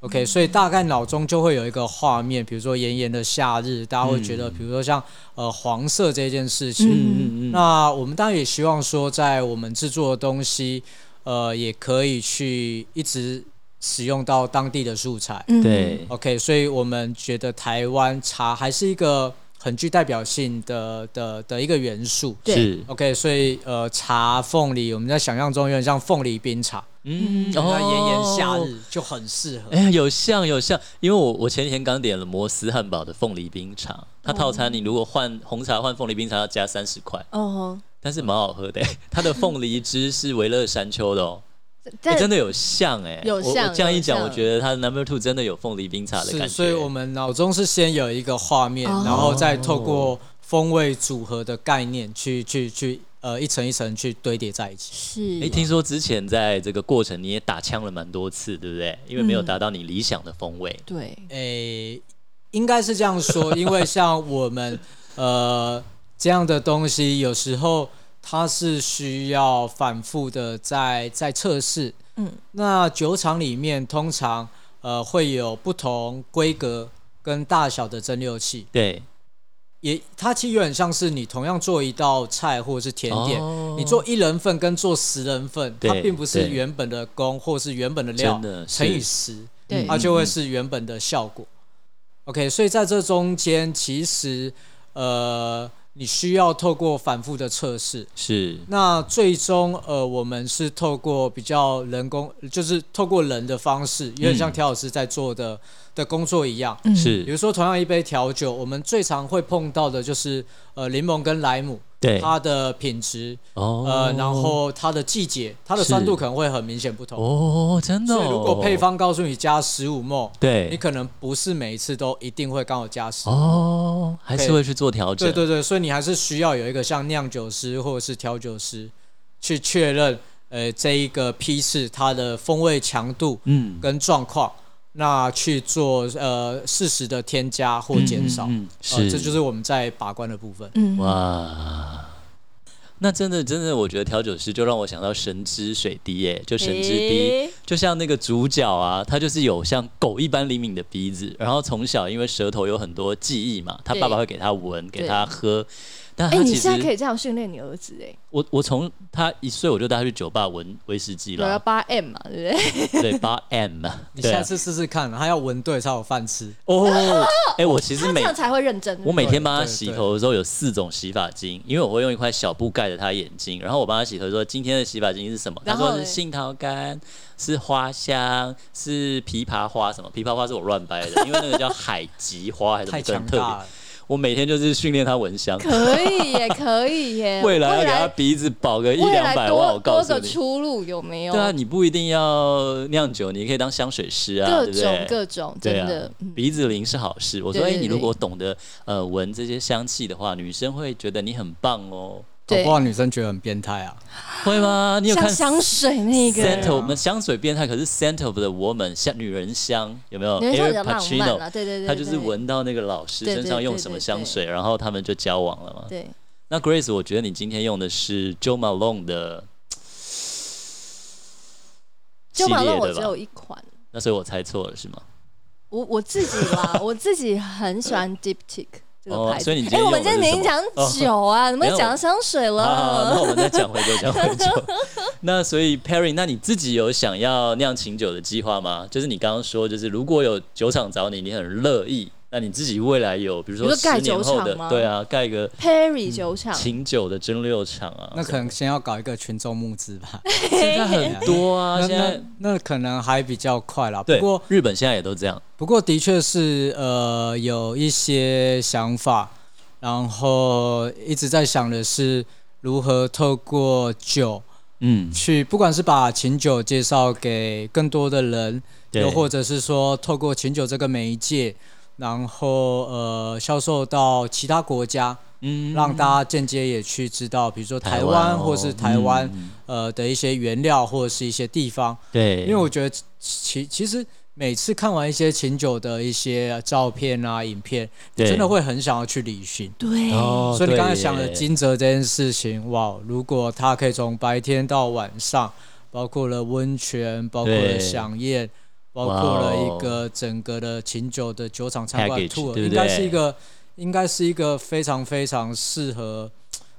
[SPEAKER 3] OK，、所以大概脑中就会有一个画面，比如说炎炎的夏日，大家会觉得，比如说像呃黄色这件事情，
[SPEAKER 2] 嗯嗯嗯，
[SPEAKER 3] 那我们当然也希望说，在我们制作的东西，呃，也可以去一直使用到当地的素材。
[SPEAKER 1] 嗯，
[SPEAKER 2] 对，
[SPEAKER 3] OK，所以我们觉得台湾茶还是一个很具代表性的的的一个元素。
[SPEAKER 1] 对
[SPEAKER 2] 是，
[SPEAKER 3] OK，所以呃，茶凤梨，我们在想象中有点像凤梨冰茶，
[SPEAKER 2] 嗯，
[SPEAKER 3] 然后炎炎夏
[SPEAKER 2] 哦
[SPEAKER 3] 日就很适合。
[SPEAKER 2] 哎呀，有像有像，因为我我前几天刚点了摩斯汉堡的凤梨冰茶，它套餐你如果换红茶换凤梨冰茶要加三十块，
[SPEAKER 1] 哦，
[SPEAKER 2] 但是蛮好喝的、 它的凤梨汁是维乐山丘的哦，哎
[SPEAKER 1] 但
[SPEAKER 2] 真的有像哎、
[SPEAKER 1] 有
[SPEAKER 2] 我
[SPEAKER 1] 像
[SPEAKER 2] 我这样
[SPEAKER 1] 有
[SPEAKER 2] 一讲，
[SPEAKER 1] 像
[SPEAKER 2] 我觉得它的 Number Two 真的有凤梨冰茶的感觉，
[SPEAKER 3] 是，所以我们脑中是先有一个画面，
[SPEAKER 1] 哦
[SPEAKER 3] 然后再透过风味组合的概念去去去呃一层一层去堆叠在一起。
[SPEAKER 2] 哎、
[SPEAKER 1] 是
[SPEAKER 2] 听说之前在这个过程你也打枪了蛮多次，对不对？因为没有
[SPEAKER 1] 嗯
[SPEAKER 2] 达到你理想的风味，
[SPEAKER 1] 对，
[SPEAKER 3] 诶、应该是这样说，因为像我们呃这样的东西，有时候它是需要反复的在在测试。
[SPEAKER 1] 嗯，
[SPEAKER 3] 那酒厂里面通常呃会有不同规格跟大小的蒸馏器，
[SPEAKER 2] 对，
[SPEAKER 3] 也它其实有点像是你同样做一道菜或者是甜点。
[SPEAKER 2] 哦
[SPEAKER 3] 你做一人份跟做十人份，它
[SPEAKER 2] 对
[SPEAKER 3] 并不是
[SPEAKER 2] 对
[SPEAKER 3] 原本的工或是原本的
[SPEAKER 2] 真
[SPEAKER 3] 料
[SPEAKER 2] 的是嗯
[SPEAKER 3] 乘以十，
[SPEAKER 1] 对
[SPEAKER 3] 它就会是原本的效果。OK，所以在这中间，其实呃，你需要透过反复的测试。
[SPEAKER 2] 是
[SPEAKER 3] 那最终呃，我们是透过比较人工，就是透过人的方式，有点像调酒师在做的、的工作一样。
[SPEAKER 1] 嗯
[SPEAKER 3] 比
[SPEAKER 2] 嗯是，
[SPEAKER 3] 如说，同样一杯调酒，我们最常会碰到的就是呃柠檬跟莱姆，
[SPEAKER 2] 对，
[SPEAKER 3] 它的品质，
[SPEAKER 2] 哦
[SPEAKER 3] 呃，然后它的季节，它的酸
[SPEAKER 2] 是
[SPEAKER 3] 度可能会很明显不同。
[SPEAKER 2] 哦，真的、哦，
[SPEAKER 3] 所以如果配方告诉你加十五 ml，
[SPEAKER 2] 对，
[SPEAKER 3] 你可能不是每一次都一定会刚好加十。
[SPEAKER 2] 哦，还是
[SPEAKER 3] 对
[SPEAKER 2] 会去做调整。
[SPEAKER 3] 对对对，所以你还是需要有一个像酿酒师或者是调酒师去确认，呃，这一个批次它的风味强度
[SPEAKER 2] 嗯，
[SPEAKER 3] 跟状况，那去做呃适时的添加或减少。
[SPEAKER 2] 嗯嗯嗯
[SPEAKER 3] 呃
[SPEAKER 2] 是，
[SPEAKER 3] 这就是我们在把关的部分。
[SPEAKER 1] 嗯，
[SPEAKER 2] 哇。那真的真的，我觉得调酒师就让我想到神之水滴耶，就神之滴，
[SPEAKER 1] 诶
[SPEAKER 2] 就像那个主角啊，他就是有像狗一般灵敏的鼻子，然后从小因为舌头有很多记忆嘛，他
[SPEAKER 1] 对
[SPEAKER 2] 爸爸会给他闻，给
[SPEAKER 1] 对
[SPEAKER 2] 他喝。但
[SPEAKER 1] 哎、
[SPEAKER 2] 他
[SPEAKER 1] 你
[SPEAKER 2] 其
[SPEAKER 1] 现在可
[SPEAKER 2] 实，
[SPEAKER 1] 以这样训练你儿子哎、
[SPEAKER 2] 我我从他一岁我就带他去酒吧闻威士忌
[SPEAKER 1] 有了
[SPEAKER 2] 了，
[SPEAKER 1] 八 M 嘛，对不对？
[SPEAKER 2] 对，八 M 嘛，
[SPEAKER 3] 你
[SPEAKER 2] 对啊
[SPEAKER 3] 下次试试看，他要闻对才有饭吃。
[SPEAKER 2] 哦，哎，我其实
[SPEAKER 1] 他这
[SPEAKER 2] 每
[SPEAKER 1] 样才会认真。
[SPEAKER 2] 我每天帮他
[SPEAKER 3] 对对
[SPEAKER 2] 洗
[SPEAKER 3] 对
[SPEAKER 2] 头的时候有四种洗发精，因为我会用一块小布盖着他眼睛，然后我帮他洗头说今天的洗发精是什么？他
[SPEAKER 1] 然后
[SPEAKER 2] 说
[SPEAKER 1] 嘞
[SPEAKER 2] 是杏桃干，是花香，是枇杷花什么？枇杷花是我乱掰的，因为那个叫海棘花还是什
[SPEAKER 3] 太
[SPEAKER 2] 哎么，真
[SPEAKER 3] 强
[SPEAKER 2] 的特
[SPEAKER 3] 大
[SPEAKER 2] 别。
[SPEAKER 3] 了，
[SPEAKER 2] 我每天就是训练他闻香，
[SPEAKER 1] 可以啊 耶，可以耶。
[SPEAKER 2] 未来要给他
[SPEAKER 1] 来
[SPEAKER 2] 鼻子保个一
[SPEAKER 1] 未
[SPEAKER 2] 两
[SPEAKER 1] 来
[SPEAKER 2] 百万，我
[SPEAKER 1] 多
[SPEAKER 2] 告
[SPEAKER 1] 多
[SPEAKER 2] 诉
[SPEAKER 1] 个
[SPEAKER 2] 你。
[SPEAKER 1] 出路有没有？
[SPEAKER 2] 对啊，你不一定要酿酒，你可以当香水师啊，
[SPEAKER 1] 各
[SPEAKER 2] 对不
[SPEAKER 1] 种
[SPEAKER 2] 对？
[SPEAKER 1] 各种，真
[SPEAKER 2] 对
[SPEAKER 1] 的嗯
[SPEAKER 2] 啊。，鼻子灵是好事。我说，
[SPEAKER 1] 对
[SPEAKER 2] 哎、
[SPEAKER 1] 对
[SPEAKER 2] 你
[SPEAKER 1] 对
[SPEAKER 2] 如果懂得呃闻这些香气的话，女生会觉得你很棒哦，
[SPEAKER 3] 搞
[SPEAKER 1] 对
[SPEAKER 3] 不好女生觉得很变态啊。
[SPEAKER 2] 会吗？你有看
[SPEAKER 1] 像香水那
[SPEAKER 2] Scent
[SPEAKER 1] 个，
[SPEAKER 2] of 我们香水变态，可是 Scent of the Woman 像女人香有没有
[SPEAKER 1] 你会说比
[SPEAKER 2] ？Eric
[SPEAKER 1] 较浪漫
[SPEAKER 2] Pacino
[SPEAKER 1] 啊，对对对，
[SPEAKER 2] 他就是
[SPEAKER 1] 对。
[SPEAKER 2] 闻到那个老师
[SPEAKER 1] 对对
[SPEAKER 2] 身上用什么香水，然后他们就交往了嘛。
[SPEAKER 1] 对，
[SPEAKER 2] 那 Grace，我觉得你今天用的是 Jo Malone 的系
[SPEAKER 1] 就
[SPEAKER 2] 列
[SPEAKER 1] 马龙我
[SPEAKER 2] 的
[SPEAKER 1] 只
[SPEAKER 2] 吧
[SPEAKER 1] 有？一款，
[SPEAKER 2] 那所以我猜错了是吗？
[SPEAKER 1] 我我自己啦，我自己很喜欢 Diptic 这个
[SPEAKER 2] 哦
[SPEAKER 1] 牌子。
[SPEAKER 2] 所以你今
[SPEAKER 1] 哎，
[SPEAKER 2] 天
[SPEAKER 1] 我们
[SPEAKER 2] 用的
[SPEAKER 1] 今
[SPEAKER 2] 是
[SPEAKER 1] 天讲
[SPEAKER 2] 什么哦
[SPEAKER 1] 酒 啊，怎么
[SPEAKER 2] 没有啊
[SPEAKER 1] 讲香水
[SPEAKER 2] 好好好，
[SPEAKER 1] 了
[SPEAKER 2] 那？我们再讲回酒，讲回酒。那所以 Perry，那你自己有想要酿琴酒的计划吗？就是你刚刚说，就是如果有酒厂找你，你很乐意。那你自己未来有，比如
[SPEAKER 1] 你
[SPEAKER 2] 说
[SPEAKER 1] 说盖
[SPEAKER 2] 十年后
[SPEAKER 1] 酒
[SPEAKER 2] 的
[SPEAKER 1] 厂吗，
[SPEAKER 2] 对啊，盖一个
[SPEAKER 1] Perry 酒厂，
[SPEAKER 2] 琴酒的蒸馏厂啊，
[SPEAKER 3] 那可能先要搞一个群众募资吧。
[SPEAKER 2] 现在很多啊，
[SPEAKER 3] 那
[SPEAKER 2] 现在
[SPEAKER 3] 那那可能还比较快啦。不
[SPEAKER 2] 对
[SPEAKER 3] 过，
[SPEAKER 2] 日本现在也都这样，
[SPEAKER 3] 不过的确是呃有一些想法，然后一直在想的是如何透过酒
[SPEAKER 2] 嗯，
[SPEAKER 3] 去，不管是把琴酒介绍给更多的人，
[SPEAKER 2] 对
[SPEAKER 3] 又或者是说透过琴酒这个媒介，然后呃销售到其他国家，
[SPEAKER 2] 嗯
[SPEAKER 3] 让大家间接也去知道，比如说台
[SPEAKER 2] 湾
[SPEAKER 3] 湾
[SPEAKER 2] 哦
[SPEAKER 3] 或是台湾、
[SPEAKER 2] 嗯
[SPEAKER 3] 呃的一些原料或者是一些地方。
[SPEAKER 2] 对，
[SPEAKER 3] 因为我觉得其其实每次看完一些琴酒的一些照片啊、影片，
[SPEAKER 2] 对
[SPEAKER 3] 真的会很想要去旅行。
[SPEAKER 1] 对，
[SPEAKER 2] 哦，
[SPEAKER 3] 所以你刚才
[SPEAKER 2] 对
[SPEAKER 3] 想了
[SPEAKER 2] 耶
[SPEAKER 3] 金泽这件事情，哇，如果他可以从白天到晚上，包括了温泉，包括了
[SPEAKER 2] 对
[SPEAKER 3] 飨宴，包
[SPEAKER 2] 哇
[SPEAKER 3] 括了
[SPEAKER 2] 哦
[SPEAKER 3] 一个整个的琴酒的酒厂参观
[SPEAKER 2] Package，
[SPEAKER 3] tour，
[SPEAKER 2] 对不
[SPEAKER 3] 应该
[SPEAKER 2] 对
[SPEAKER 3] 是一个应该是一个非常非常适合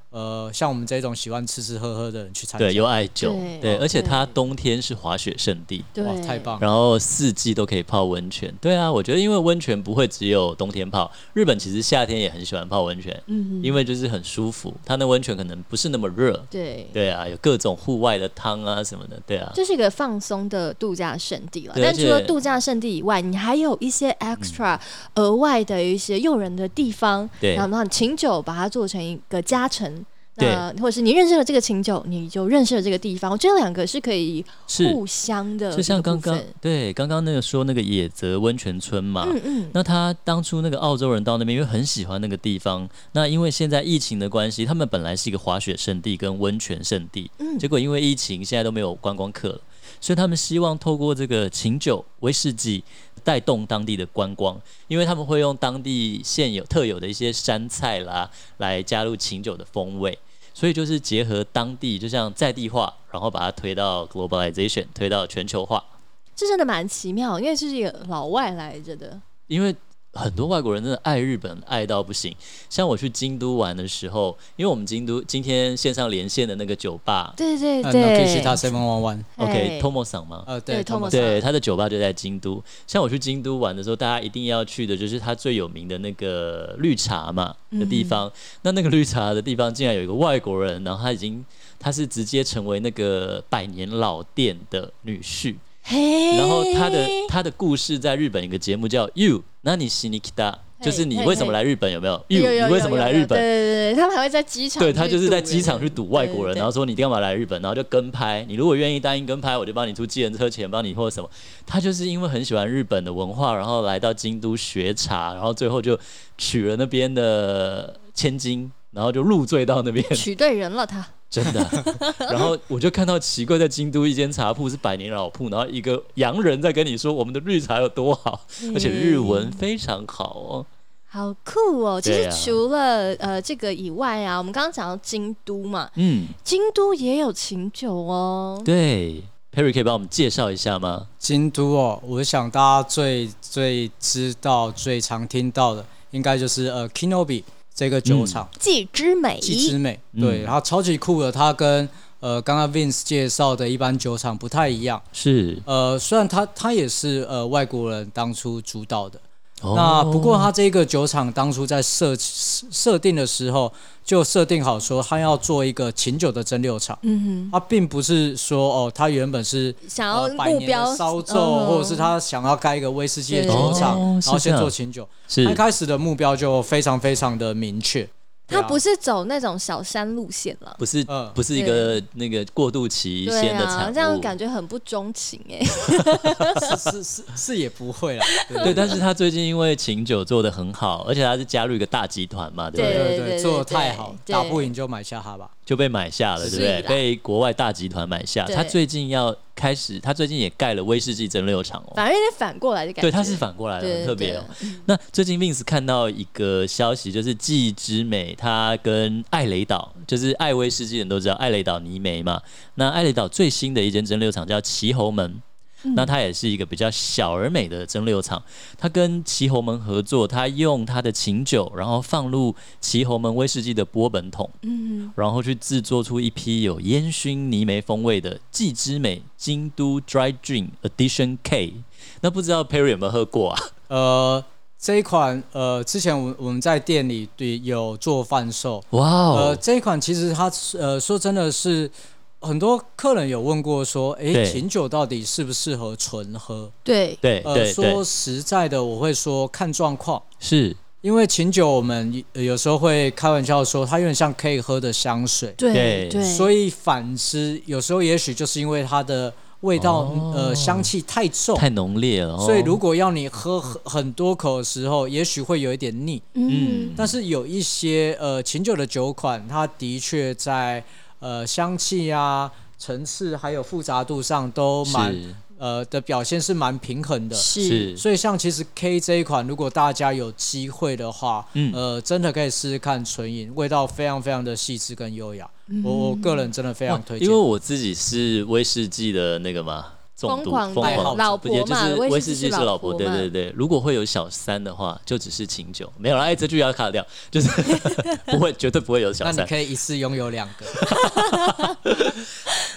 [SPEAKER 3] 呃像我们这种喜欢吃吃喝喝的人去参加。
[SPEAKER 2] 对有爱酒，
[SPEAKER 1] 对
[SPEAKER 2] 对，而且它
[SPEAKER 1] 对
[SPEAKER 2] 冬天是滑雪圣地，
[SPEAKER 3] 哇
[SPEAKER 1] 对，，
[SPEAKER 3] 太！棒！了。
[SPEAKER 2] 然后四季都可以泡温泉。对啊，我觉得因为温泉不会只有冬天泡，日本其实夏天也很喜欢泡温泉，
[SPEAKER 1] 嗯，
[SPEAKER 2] 因为就是很舒服。它那温泉可能不是那么热。
[SPEAKER 1] 对，
[SPEAKER 2] 对啊，有各种户外的汤啊什么的。对啊，
[SPEAKER 1] 这是一个放松的度假胜地了。
[SPEAKER 2] 对
[SPEAKER 1] 但
[SPEAKER 2] 而
[SPEAKER 1] 除
[SPEAKER 2] 且嗯
[SPEAKER 1] 了度假胜地以外，你还有一些 extra 额外的一些诱人的地方，
[SPEAKER 2] 对
[SPEAKER 1] 然后让琴酒把它做成一个加成。
[SPEAKER 2] 对
[SPEAKER 1] 那或者是你认识了这个琴酒，你就认识了这个地方，这两个是可以
[SPEAKER 2] 是
[SPEAKER 1] 互相的一个部分。
[SPEAKER 2] 就像刚啊刚对刚刚那个说那个野泽温泉村嘛。
[SPEAKER 1] 嗯嗯，
[SPEAKER 2] 那他当初那个澳洲人到那边，因为很喜欢那个地方。那因为现在疫情的关系，他们本来是一个滑雪圣地跟温泉圣地，
[SPEAKER 1] 嗯
[SPEAKER 2] 结果因为疫情，现在都没有观光客了，所以他们希望透过这个琴酒、威士忌带动当地的观光，因为他们会用当地现有特有的一些山菜啦，来加入琴酒的风味。所以就是结合当地，就像在地化，然后把它推到 globalization，推到全球化。
[SPEAKER 1] 这真的蛮奇妙，因为这是一个老外来着的，
[SPEAKER 2] 因为很多外国人真的爱日本爱到不行。像我去京都玩的时候，因为我们京都今天线上连线的那个酒吧
[SPEAKER 1] 对对
[SPEAKER 2] 啊
[SPEAKER 3] 那 k i s
[SPEAKER 1] 对
[SPEAKER 3] h i t a Seven One One，
[SPEAKER 1] 嘿
[SPEAKER 2] ，OK Tomo 桑吗？
[SPEAKER 3] 呃，
[SPEAKER 1] 对
[SPEAKER 3] 对，
[SPEAKER 1] Thomas
[SPEAKER 3] 们
[SPEAKER 2] 对，他的酒吧就在京都。像我去京都玩的时候，大家一定要去的就是他最有名的那个绿茶嘛的地方。那那个绿茶的地方竟然有一个外国人，然后他已经他是直接成为那个百年老店的女婿。
[SPEAKER 1] 嘿，
[SPEAKER 2] 然后他的他的故事在日本有个节目叫《You》，那你西尼 kita，就是你为什么来日本有没有
[SPEAKER 1] 有
[SPEAKER 2] ？You，
[SPEAKER 1] 有有
[SPEAKER 2] 你为什么来日
[SPEAKER 1] 有有对
[SPEAKER 2] 本？
[SPEAKER 1] 对对，他们还会在机场去
[SPEAKER 2] 对
[SPEAKER 1] 堵人，
[SPEAKER 2] 他就是在机场去堵外国
[SPEAKER 1] 对对
[SPEAKER 2] 人，
[SPEAKER 1] 对
[SPEAKER 2] 然后说你干嘛来日本，然后就跟拍。你如果愿意答应跟拍，我就帮你出计程车钱，帮你或者什么。他就是因为很喜欢日本的文化，然后来到京都学茶，然后最后就娶了那边的千金，然后就入赘到那边。
[SPEAKER 1] 取对人了他。
[SPEAKER 2] 真 的。然后我就看到奇怪，在京都一间茶铺是百年老铺，然后一个洋人在跟你说我们的绿茶有多好，而且日文非常好哦。
[SPEAKER 1] 好酷哦！其
[SPEAKER 2] 对
[SPEAKER 1] 实
[SPEAKER 2] 啊
[SPEAKER 1] 除了、呃这个以外啊，我们刚刚讲到京都嘛，
[SPEAKER 2] 嗯，
[SPEAKER 1] 京都也有琴酒哦。
[SPEAKER 2] 对，Perry 可以帮我们介绍一下吗？
[SPEAKER 3] 京都哦，我想大家最最知道、最常听到的，应该就是呃 Kinobi 这个酒厂，
[SPEAKER 1] 季之美，
[SPEAKER 3] 纪之美。
[SPEAKER 2] 嗯
[SPEAKER 3] 对，然后超级酷的，它跟呃刚刚 Vince 介绍的一般酒厂不太一样。
[SPEAKER 2] 是，
[SPEAKER 3] 呃，虽然它它也是呃外国人当初主导的，
[SPEAKER 2] 哦
[SPEAKER 3] 那不过它这个酒厂当初在设设定的时候，就设定好说它要做一个琴酒的蒸馏厂。
[SPEAKER 1] 嗯
[SPEAKER 3] 它并不是说哦，它原本是
[SPEAKER 1] 哼，想要
[SPEAKER 3] 呃百
[SPEAKER 1] 目
[SPEAKER 3] 年
[SPEAKER 1] 标
[SPEAKER 3] 的烧酎，
[SPEAKER 1] 嗯
[SPEAKER 3] 或者是他想要盖一个威士忌的酒厂，
[SPEAKER 2] 对哦
[SPEAKER 3] 然
[SPEAKER 2] 是
[SPEAKER 3] 后
[SPEAKER 2] 这
[SPEAKER 3] 先
[SPEAKER 2] 样
[SPEAKER 3] 做琴酒。
[SPEAKER 2] 是
[SPEAKER 3] 他一开始的目标就非常非常的明确。
[SPEAKER 2] 啊
[SPEAKER 1] 他不
[SPEAKER 3] 是
[SPEAKER 1] 是走那种小山路线了。
[SPEAKER 2] 不是、
[SPEAKER 3] 嗯
[SPEAKER 2] 不是一个那个过渡期
[SPEAKER 1] 对
[SPEAKER 2] 先的产
[SPEAKER 1] 啊，
[SPEAKER 2] 物，
[SPEAKER 1] 这样感觉很不钟情哎、
[SPEAKER 3] 是是是是也 不会啦，
[SPEAKER 2] 对，但是他最近因为琴酒做的很好，而且他是加入一个大集团嘛，对不
[SPEAKER 3] 对
[SPEAKER 2] 对？
[SPEAKER 1] 对
[SPEAKER 3] 对
[SPEAKER 1] 对对
[SPEAKER 3] 对，做的太好，
[SPEAKER 1] 对
[SPEAKER 3] 打不赢就买下哈吧。
[SPEAKER 2] 就被买下了，对不
[SPEAKER 1] 是
[SPEAKER 2] 对？
[SPEAKER 1] 啦
[SPEAKER 2] 被国外大集团买下。
[SPEAKER 1] 对
[SPEAKER 2] 他最近要开始，他最近也盖了威士忌蒸馏厂 哦。
[SPEAKER 1] 反而有点反过来的感觉。
[SPEAKER 2] 对，他是反过来的，
[SPEAKER 1] 对
[SPEAKER 2] 很特别哦
[SPEAKER 1] 对。嗯
[SPEAKER 2] 那最近 Vince 看到一个消息，就是纪之美他跟艾雷岛，就是艾威士忌人都知道艾雷岛泥煤嘛。那艾雷岛最新的一间蒸馏厂叫奇侯门，
[SPEAKER 1] 嗯
[SPEAKER 2] 那它也是一个比较小而美的蒸馏厂。它跟奇侯门合作，它用它的琴酒，然后放入奇侯门威士忌的波本桶，
[SPEAKER 1] 嗯，
[SPEAKER 2] 然后去制作出一批有烟熏泥煤风味的纪之美京都 Dry Gin Edition K。那不知道 Perry 有没有喝过啊？
[SPEAKER 3] 呃，这一款呃，之前我我们在店里对有做贩售，
[SPEAKER 2] 哇
[SPEAKER 3] 呃，
[SPEAKER 2] 哦，
[SPEAKER 3] 这一款其实它呃说真的是。很多客人有问过说，诶、
[SPEAKER 2] 对
[SPEAKER 3] 琴酒到底适不适合纯喝？
[SPEAKER 1] 对，
[SPEAKER 2] 对
[SPEAKER 3] 呃，
[SPEAKER 2] 对
[SPEAKER 3] 说
[SPEAKER 2] 对，
[SPEAKER 3] 实在的，我会说看状况，
[SPEAKER 2] 是
[SPEAKER 3] 因为琴酒我们呃有时候会开玩笑说它有点像可以喝的香水，
[SPEAKER 1] 对
[SPEAKER 2] 对
[SPEAKER 1] 对，
[SPEAKER 3] 所
[SPEAKER 1] 以
[SPEAKER 3] 以反之，有时候也许就是因为它的味道、
[SPEAKER 2] 哦
[SPEAKER 3] 呃香气太重。
[SPEAKER 2] 太浓烈了哦。
[SPEAKER 3] 所以，如果要你喝很很多口的时候，也许会有一点腻。
[SPEAKER 1] 嗯，
[SPEAKER 3] 但是有一些呃琴酒的酒款，它的确在呃香气啊、层次还有复杂度上都蛮
[SPEAKER 2] 是
[SPEAKER 3] 呃的表现是蛮平衡的。
[SPEAKER 1] 是
[SPEAKER 2] 是
[SPEAKER 3] 所以像其实 K 这一款，如果大家有机会的话，
[SPEAKER 2] 嗯
[SPEAKER 3] 呃，真的可以试试看纯饮，味道非常非常的细致跟优雅。我我个人真的非常
[SPEAKER 2] 嗯哇
[SPEAKER 3] 推荐。
[SPEAKER 2] 因为我自己是威士忌的那个嘛。中毒
[SPEAKER 1] 狂
[SPEAKER 2] 疯
[SPEAKER 1] 爱
[SPEAKER 3] 好
[SPEAKER 2] 狂
[SPEAKER 3] 者
[SPEAKER 1] 老
[SPEAKER 2] 也
[SPEAKER 1] 婆
[SPEAKER 2] 就
[SPEAKER 1] 嘛
[SPEAKER 2] 是，
[SPEAKER 1] 威
[SPEAKER 2] 士
[SPEAKER 1] 士忌
[SPEAKER 2] 忌是老婆，
[SPEAKER 1] 婆
[SPEAKER 2] 对
[SPEAKER 1] 嘛
[SPEAKER 2] 对对。如果会有小三的话，就只是清酒，没有了。哎，这句要卡掉，就是 不会，绝对不会有小
[SPEAKER 3] 那你
[SPEAKER 2] 三。
[SPEAKER 3] 可以一次拥有两个，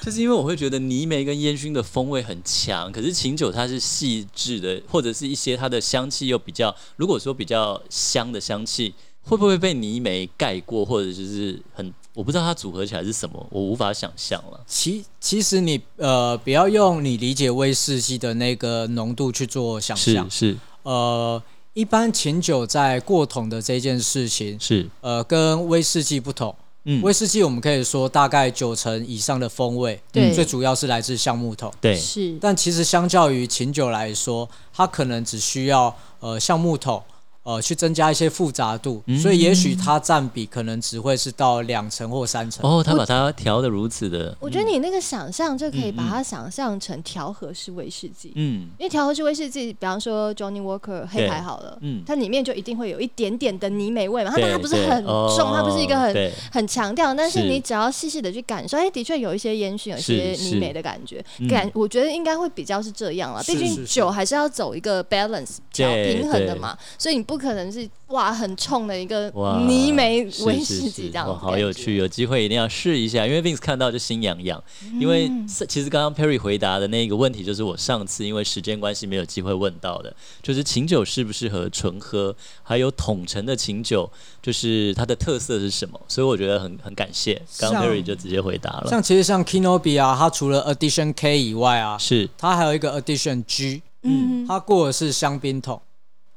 [SPEAKER 2] 就是因为我会觉得泥煤跟烟熏的风味很强，可是琴酒它是细致的，或者是一些它的香气又比较，如果说比较香的香气，会不会被泥煤盖过，或者就是很，我不知道它组合起来是什么，我无法想象了。
[SPEAKER 3] 其其实你呃不要用你理解威士忌的那个浓度去做想象。
[SPEAKER 2] 是
[SPEAKER 3] 呃，一般琴酒在过桶的这件事情，
[SPEAKER 2] 是，
[SPEAKER 3] 呃，跟威士忌不同。
[SPEAKER 2] 嗯
[SPEAKER 3] 威士忌我们可以说大概九成以上的风味，
[SPEAKER 1] 对
[SPEAKER 3] 最主要是来自橡木桶。
[SPEAKER 2] 对，
[SPEAKER 1] 是
[SPEAKER 3] 但其实相较于琴酒来说，它可能只需要呃橡木桶呃去增加一些复杂度，
[SPEAKER 2] 嗯
[SPEAKER 3] 所以也许它占比可能只会是到两成或三成。
[SPEAKER 2] 哦，他把它调的如此的，
[SPEAKER 1] 我觉得你那个想象就可以把它想象成调和式威士忌，
[SPEAKER 2] 嗯，
[SPEAKER 1] 因为调和式威士忌，比方说 Johnny Walker 黑牌好了，
[SPEAKER 2] 嗯
[SPEAKER 1] 它里面就一定会有一点点的泥煤味嘛，它
[SPEAKER 2] 对
[SPEAKER 1] 它不是很
[SPEAKER 2] 对哦
[SPEAKER 1] 重，它不是一个很
[SPEAKER 2] 对
[SPEAKER 1] 很强调，但是
[SPEAKER 2] 是
[SPEAKER 1] 你只要细细的去感受，哎，的确有一些烟熏，有一些
[SPEAKER 2] 是
[SPEAKER 1] 泥煤的感觉
[SPEAKER 2] 嗯，
[SPEAKER 1] 感我觉得应该会比较是这样啦，
[SPEAKER 3] 是
[SPEAKER 1] 毕竟
[SPEAKER 3] 是是
[SPEAKER 1] 酒还是要走一个 balance
[SPEAKER 2] 对
[SPEAKER 1] 调平衡的嘛，所以你不可能是哇很冲的一个
[SPEAKER 2] 哇，
[SPEAKER 1] 泥煤
[SPEAKER 2] 是
[SPEAKER 1] 威
[SPEAKER 2] 是
[SPEAKER 1] 士
[SPEAKER 2] 是
[SPEAKER 1] 忌这样子
[SPEAKER 2] 哇，
[SPEAKER 1] 的感觉，
[SPEAKER 2] 好有趣，有机会一定要试一下，因
[SPEAKER 3] 嗯
[SPEAKER 2] 为 Vince 看到就心痒痒，因为是其实刚刚 Perry 回答的那个问题，就是我上次因为时间关系没有机会问到的，就是琴酒适不适合纯喝，还有桶陈的琴酒，就是它的特色是什么，所以我觉得很很感谢，刚刚
[SPEAKER 3] 像
[SPEAKER 2] Perry 就直接回答了，
[SPEAKER 3] 像其实像 Kinobi 啊，它除了 Addition K 以外啊，
[SPEAKER 2] 是
[SPEAKER 3] 它还有一个 Addition G，
[SPEAKER 1] 嗯，
[SPEAKER 3] 它过的是香槟桶，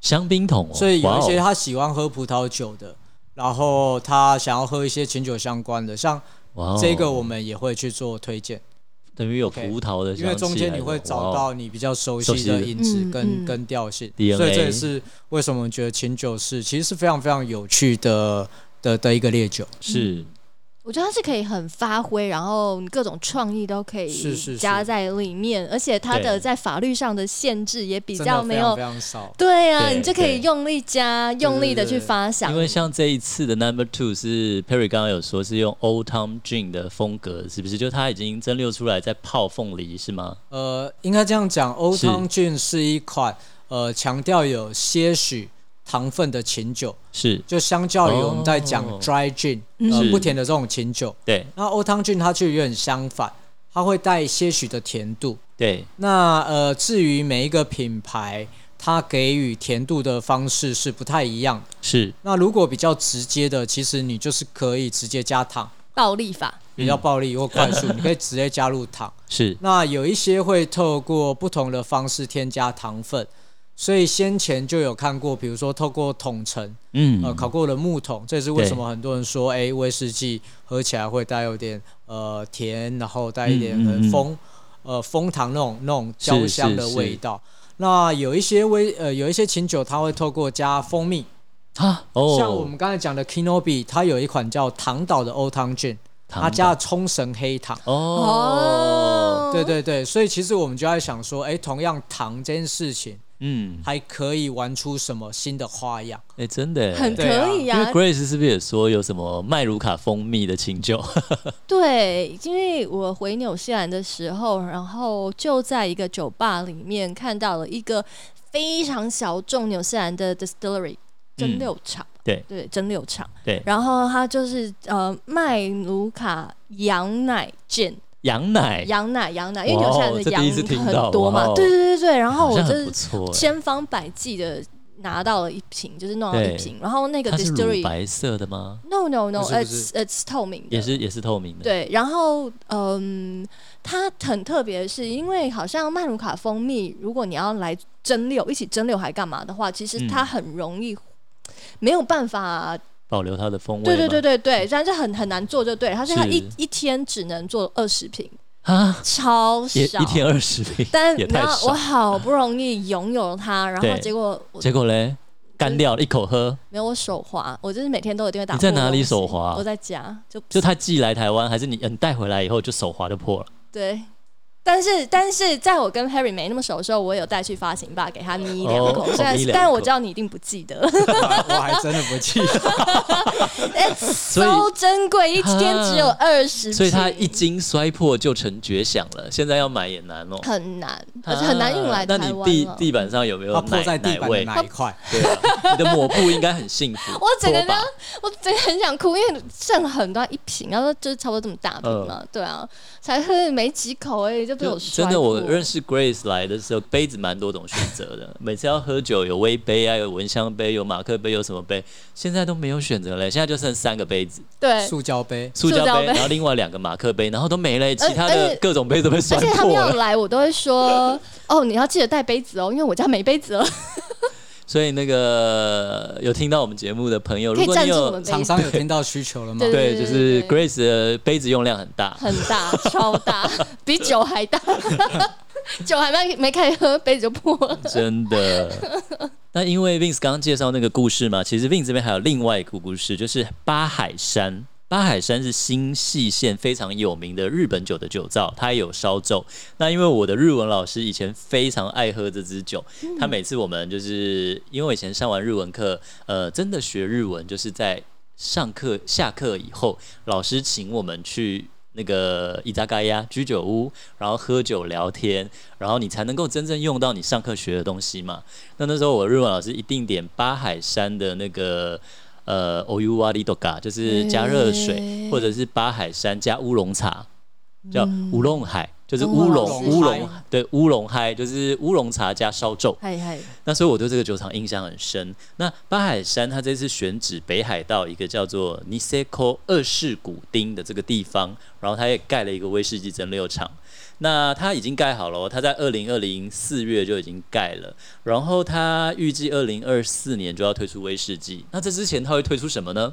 [SPEAKER 2] 香槟桶、哦，
[SPEAKER 3] 所以有一些
[SPEAKER 2] 哇哦
[SPEAKER 3] 他喜欢喝葡萄酒的。然后他想要喝一些琴酒相关的，像
[SPEAKER 2] 哇哦
[SPEAKER 3] 这个我们也会去做推荐，
[SPEAKER 2] 等于有
[SPEAKER 3] OK，
[SPEAKER 2] 葡萄的香气还
[SPEAKER 3] 因为
[SPEAKER 2] 有，
[SPEAKER 3] 中间你会
[SPEAKER 2] 哇
[SPEAKER 3] 找
[SPEAKER 2] 哦
[SPEAKER 3] 到你比较熟
[SPEAKER 2] 熟
[SPEAKER 3] 悉
[SPEAKER 2] 悉的
[SPEAKER 3] 的影子
[SPEAKER 1] 嗯
[SPEAKER 3] 跟
[SPEAKER 1] 嗯
[SPEAKER 3] 跟调性，
[SPEAKER 2] DNA
[SPEAKER 3] 所以这也是为什么我觉得琴酒是其实是非常非常有趣的的的一个烈酒。
[SPEAKER 2] 是。
[SPEAKER 1] 我觉得它是可以很发挥，然后各种创意都可
[SPEAKER 3] 是是
[SPEAKER 1] 以
[SPEAKER 3] 是
[SPEAKER 1] 加在里面，而且它的
[SPEAKER 2] 对
[SPEAKER 1] 在法律上的限制也比
[SPEAKER 3] 真
[SPEAKER 1] 较
[SPEAKER 3] 的
[SPEAKER 1] 没
[SPEAKER 3] 非常
[SPEAKER 1] 有
[SPEAKER 3] 非。常少。
[SPEAKER 1] 对啊，
[SPEAKER 2] 对
[SPEAKER 1] 你就可以
[SPEAKER 2] 对
[SPEAKER 1] 用力加，用力的去发想。
[SPEAKER 2] 因为像这一次的 Number Two 是 Perry 刚刚有说是用 Old Tom Gin 的风格，是不是？就它已经蒸馏出来在泡凤梨是吗？
[SPEAKER 3] 呃，应该这样讲，Old
[SPEAKER 2] 是
[SPEAKER 3] Town Gin 是一款呃强调有些许糖分的琴酒，
[SPEAKER 2] 是，
[SPEAKER 3] 就相较于我们在讲
[SPEAKER 2] 哦
[SPEAKER 3] Dry Gin，、
[SPEAKER 2] 是
[SPEAKER 1] 嗯
[SPEAKER 3] 呃不甜的这种琴酒，
[SPEAKER 2] 对
[SPEAKER 3] 那 Old Town Gin 它就有点相反，它会带些许的甜度。
[SPEAKER 2] 对，
[SPEAKER 3] 那呃，至于每一个品牌，它给予甜度的方式是不太一样的。
[SPEAKER 2] 是
[SPEAKER 3] 那如果比较直接的，其实你就是可以直接加糖，
[SPEAKER 1] 暴力法，
[SPEAKER 3] 比较暴力或快速，你可以直接加入糖。
[SPEAKER 2] 是
[SPEAKER 3] 那有一些会透过不同的方式添加糖分，所以先前就有看过，比如说透过桶陈，
[SPEAKER 2] 嗯，
[SPEAKER 3] 呃，烤过的木桶，这也是为什么很多人说，哎，威士忌喝起来会带有点呃甜，然后带一点
[SPEAKER 2] 嗯嗯
[SPEAKER 3] 很
[SPEAKER 2] 嗯
[SPEAKER 3] 蜂、呃蜂糖那种那种
[SPEAKER 2] 是
[SPEAKER 3] 焦香的
[SPEAKER 2] 是
[SPEAKER 3] 味
[SPEAKER 2] 是
[SPEAKER 3] 道。那有一些威呃有一些琴酒，它会透过加蜂蜜，
[SPEAKER 2] 啊哦，
[SPEAKER 3] 像我们刚才讲的 Kinobi，它有一款叫糖岛的欧汤菌，它
[SPEAKER 2] 糖
[SPEAKER 3] 加了冲绳黑糖。
[SPEAKER 1] 哦
[SPEAKER 2] 哦，
[SPEAKER 3] 对对对，所以其实我们就在想说，哎，同样糖这件事情，
[SPEAKER 2] 嗯，
[SPEAKER 3] 还可以玩出什么新的花样？
[SPEAKER 2] 哎、真的耶，
[SPEAKER 1] 很
[SPEAKER 3] 对啊
[SPEAKER 1] 可以
[SPEAKER 2] 因为
[SPEAKER 1] 啊，
[SPEAKER 2] Grace 是不是也说有什么麦卢卡蜂蜜的清酒？
[SPEAKER 1] 对，因为我回纽西兰的时候，然后就在一个酒吧里面看到了一个非常小众纽西兰的 distillery 蒸馏厂。
[SPEAKER 2] 嗯对
[SPEAKER 1] 对，蒸馏厂。
[SPEAKER 2] 对
[SPEAKER 1] 然后它就是呃麦卢卡羊奶卷，
[SPEAKER 2] 羊奶，
[SPEAKER 1] 羊奶羊奶，因为
[SPEAKER 2] 哇
[SPEAKER 1] 纽
[SPEAKER 2] 哦
[SPEAKER 1] 西兰的
[SPEAKER 2] 这
[SPEAKER 1] 羊
[SPEAKER 2] 第一次听到
[SPEAKER 1] 很多嘛
[SPEAKER 2] 哎哇。哦
[SPEAKER 1] 对对对对，然后
[SPEAKER 2] 好
[SPEAKER 1] 我
[SPEAKER 2] 像
[SPEAKER 1] 就
[SPEAKER 2] 很不
[SPEAKER 1] 是
[SPEAKER 2] 错哎耶，
[SPEAKER 1] 千方百计的拿到了一瓶，就是弄到
[SPEAKER 2] 对
[SPEAKER 1] 一瓶。然后那个
[SPEAKER 2] 它是乳
[SPEAKER 1] distillery。
[SPEAKER 2] 白色的吗？
[SPEAKER 1] No no no，
[SPEAKER 3] 不是不是
[SPEAKER 1] it's it's 透明的，
[SPEAKER 2] 也是也是透明的，，
[SPEAKER 1] 对，然后嗯，它很特别的是，因为好像曼努卡蜂蜜，如果你要来蒸馏，一起蒸馏还干嘛的话，其实它
[SPEAKER 2] 嗯
[SPEAKER 1] 很容易。没有办法，
[SPEAKER 2] 保留它的风味吗。
[SPEAKER 1] 对对对对对，但是很很难做，就对了。它是它
[SPEAKER 2] 是
[SPEAKER 1] 一一天只能做二十瓶，
[SPEAKER 2] 啊，
[SPEAKER 1] 超
[SPEAKER 2] 也
[SPEAKER 1] 少
[SPEAKER 2] 一。天二十瓶，
[SPEAKER 1] 但
[SPEAKER 2] 也
[SPEAKER 1] 你知
[SPEAKER 2] 太
[SPEAKER 1] 道，我
[SPEAKER 2] 少。
[SPEAKER 1] 好不容易拥有了它，然后
[SPEAKER 2] 对
[SPEAKER 1] 结果我
[SPEAKER 2] 结果嘞，干掉了一口喝，
[SPEAKER 1] 没有我手滑，我就是每天都一定会打
[SPEAKER 2] 你
[SPEAKER 1] 破东
[SPEAKER 2] 在
[SPEAKER 1] 西。
[SPEAKER 2] 哪里手滑啊
[SPEAKER 1] 我在家，就
[SPEAKER 2] 就他寄来台湾，还是你嗯带回来以后就手滑就破了？
[SPEAKER 1] 对，但是但是在我跟 Harry 没那么熟的时候，我有带去发行吧，给他咪两口
[SPEAKER 2] 哦。
[SPEAKER 1] 虽然
[SPEAKER 2] 咪两口
[SPEAKER 1] 但我知道你一定不记得
[SPEAKER 3] 我还真的不记得。
[SPEAKER 1] ，It's
[SPEAKER 2] 以
[SPEAKER 1] so 珍贵，一天只有二十，
[SPEAKER 2] 所以他一经摔破就成绝响了，现在要买也难哦，
[SPEAKER 1] 很难，而且很难运来
[SPEAKER 2] 啊那
[SPEAKER 1] 台
[SPEAKER 2] 你
[SPEAKER 1] 湾哦
[SPEAKER 2] 地
[SPEAKER 1] 了。
[SPEAKER 2] 地板上有没有
[SPEAKER 3] 它
[SPEAKER 2] 奶
[SPEAKER 3] 泼在地板的
[SPEAKER 2] 味？
[SPEAKER 3] 哪一块？
[SPEAKER 2] 对啊，你的抹布应该很幸福。
[SPEAKER 1] 我整个
[SPEAKER 2] 拖把
[SPEAKER 1] 我真的很想哭，因为剩很多一瓶，然后就是差不多这么 大瓶嘛，对啊，才喝没几口而已，就被
[SPEAKER 2] 嗯就
[SPEAKER 1] 我摔
[SPEAKER 2] 真的，我
[SPEAKER 1] 破
[SPEAKER 2] 认识 Grace 来的时候，杯子蛮多种选择的。 每次要喝酒，有微杯啊，有蚊香杯，有马克杯，有什么杯，现在都没有选择了。现在就剩三个杯子，
[SPEAKER 1] 对，
[SPEAKER 3] 塑胶杯，
[SPEAKER 2] 塑
[SPEAKER 1] 胶
[SPEAKER 2] 胶
[SPEAKER 1] 杯
[SPEAKER 2] 杯，然后另外两个马克杯，然后都没了，其他
[SPEAKER 1] 而
[SPEAKER 2] 的
[SPEAKER 1] 且
[SPEAKER 2] 各种杯都被摔
[SPEAKER 1] 而且他们
[SPEAKER 2] 破
[SPEAKER 1] 要
[SPEAKER 2] 了。
[SPEAKER 1] 来，我都会说哦，你要记得带杯子哦，因为我家没杯子了，
[SPEAKER 2] 所以那个有听到我们节目的朋友，
[SPEAKER 1] 可
[SPEAKER 2] 如
[SPEAKER 1] 以
[SPEAKER 2] 果
[SPEAKER 1] 赞
[SPEAKER 2] 你
[SPEAKER 1] 助我们
[SPEAKER 2] 有
[SPEAKER 1] 杯
[SPEAKER 3] 厂
[SPEAKER 1] 子。
[SPEAKER 3] 商有听到需求了吗？
[SPEAKER 1] 对
[SPEAKER 2] 对，就是
[SPEAKER 1] 对
[SPEAKER 2] Grace 的杯子用量很 大，
[SPEAKER 1] 很大，超大，比酒还大。 酒还没没开始喝，杯子就破了。
[SPEAKER 2] 真的。那因为 Vince 刚刚介绍那个故事嘛，其实 Vince 这边还有另外一个故事，就是八海山。八海山是新细县非常有名的日本酒的酒造，它也有烧酒。那因为我的日文老师以前非常爱喝这支酒，他每次我们就是因为我以前上完日文课，呃，真的学日文就是在上课下课以后，老师请我们去那个伊扎嘎呀居酒屋，然后喝酒聊天，然后你才能够真正用到你上课学的东西嘛。那那时候我日文老师一定点八海山的那个呃 o u w a r i d o g a 就是加热水，
[SPEAKER 1] 欸
[SPEAKER 2] 或者是八海山加乌龙茶，叫乌龙海，就是
[SPEAKER 1] 乌
[SPEAKER 2] 乌
[SPEAKER 1] 龙
[SPEAKER 2] 龙
[SPEAKER 3] 海
[SPEAKER 2] 乌龙对乌龙嗨，就是乌龙茶加烧酎。
[SPEAKER 1] 嗨嗨，
[SPEAKER 2] 那所以我对这个酒厂印象很深。那八海山它这次选址北海道一个叫做尼塞科二世古町的这个地方，然后它也盖了一个威士忌蒸馏厂。那它已经盖好了哦，它在二零二零四月就已经盖了，然后它预计二零二四年就要推出威士忌。那这之前它会推出什么呢？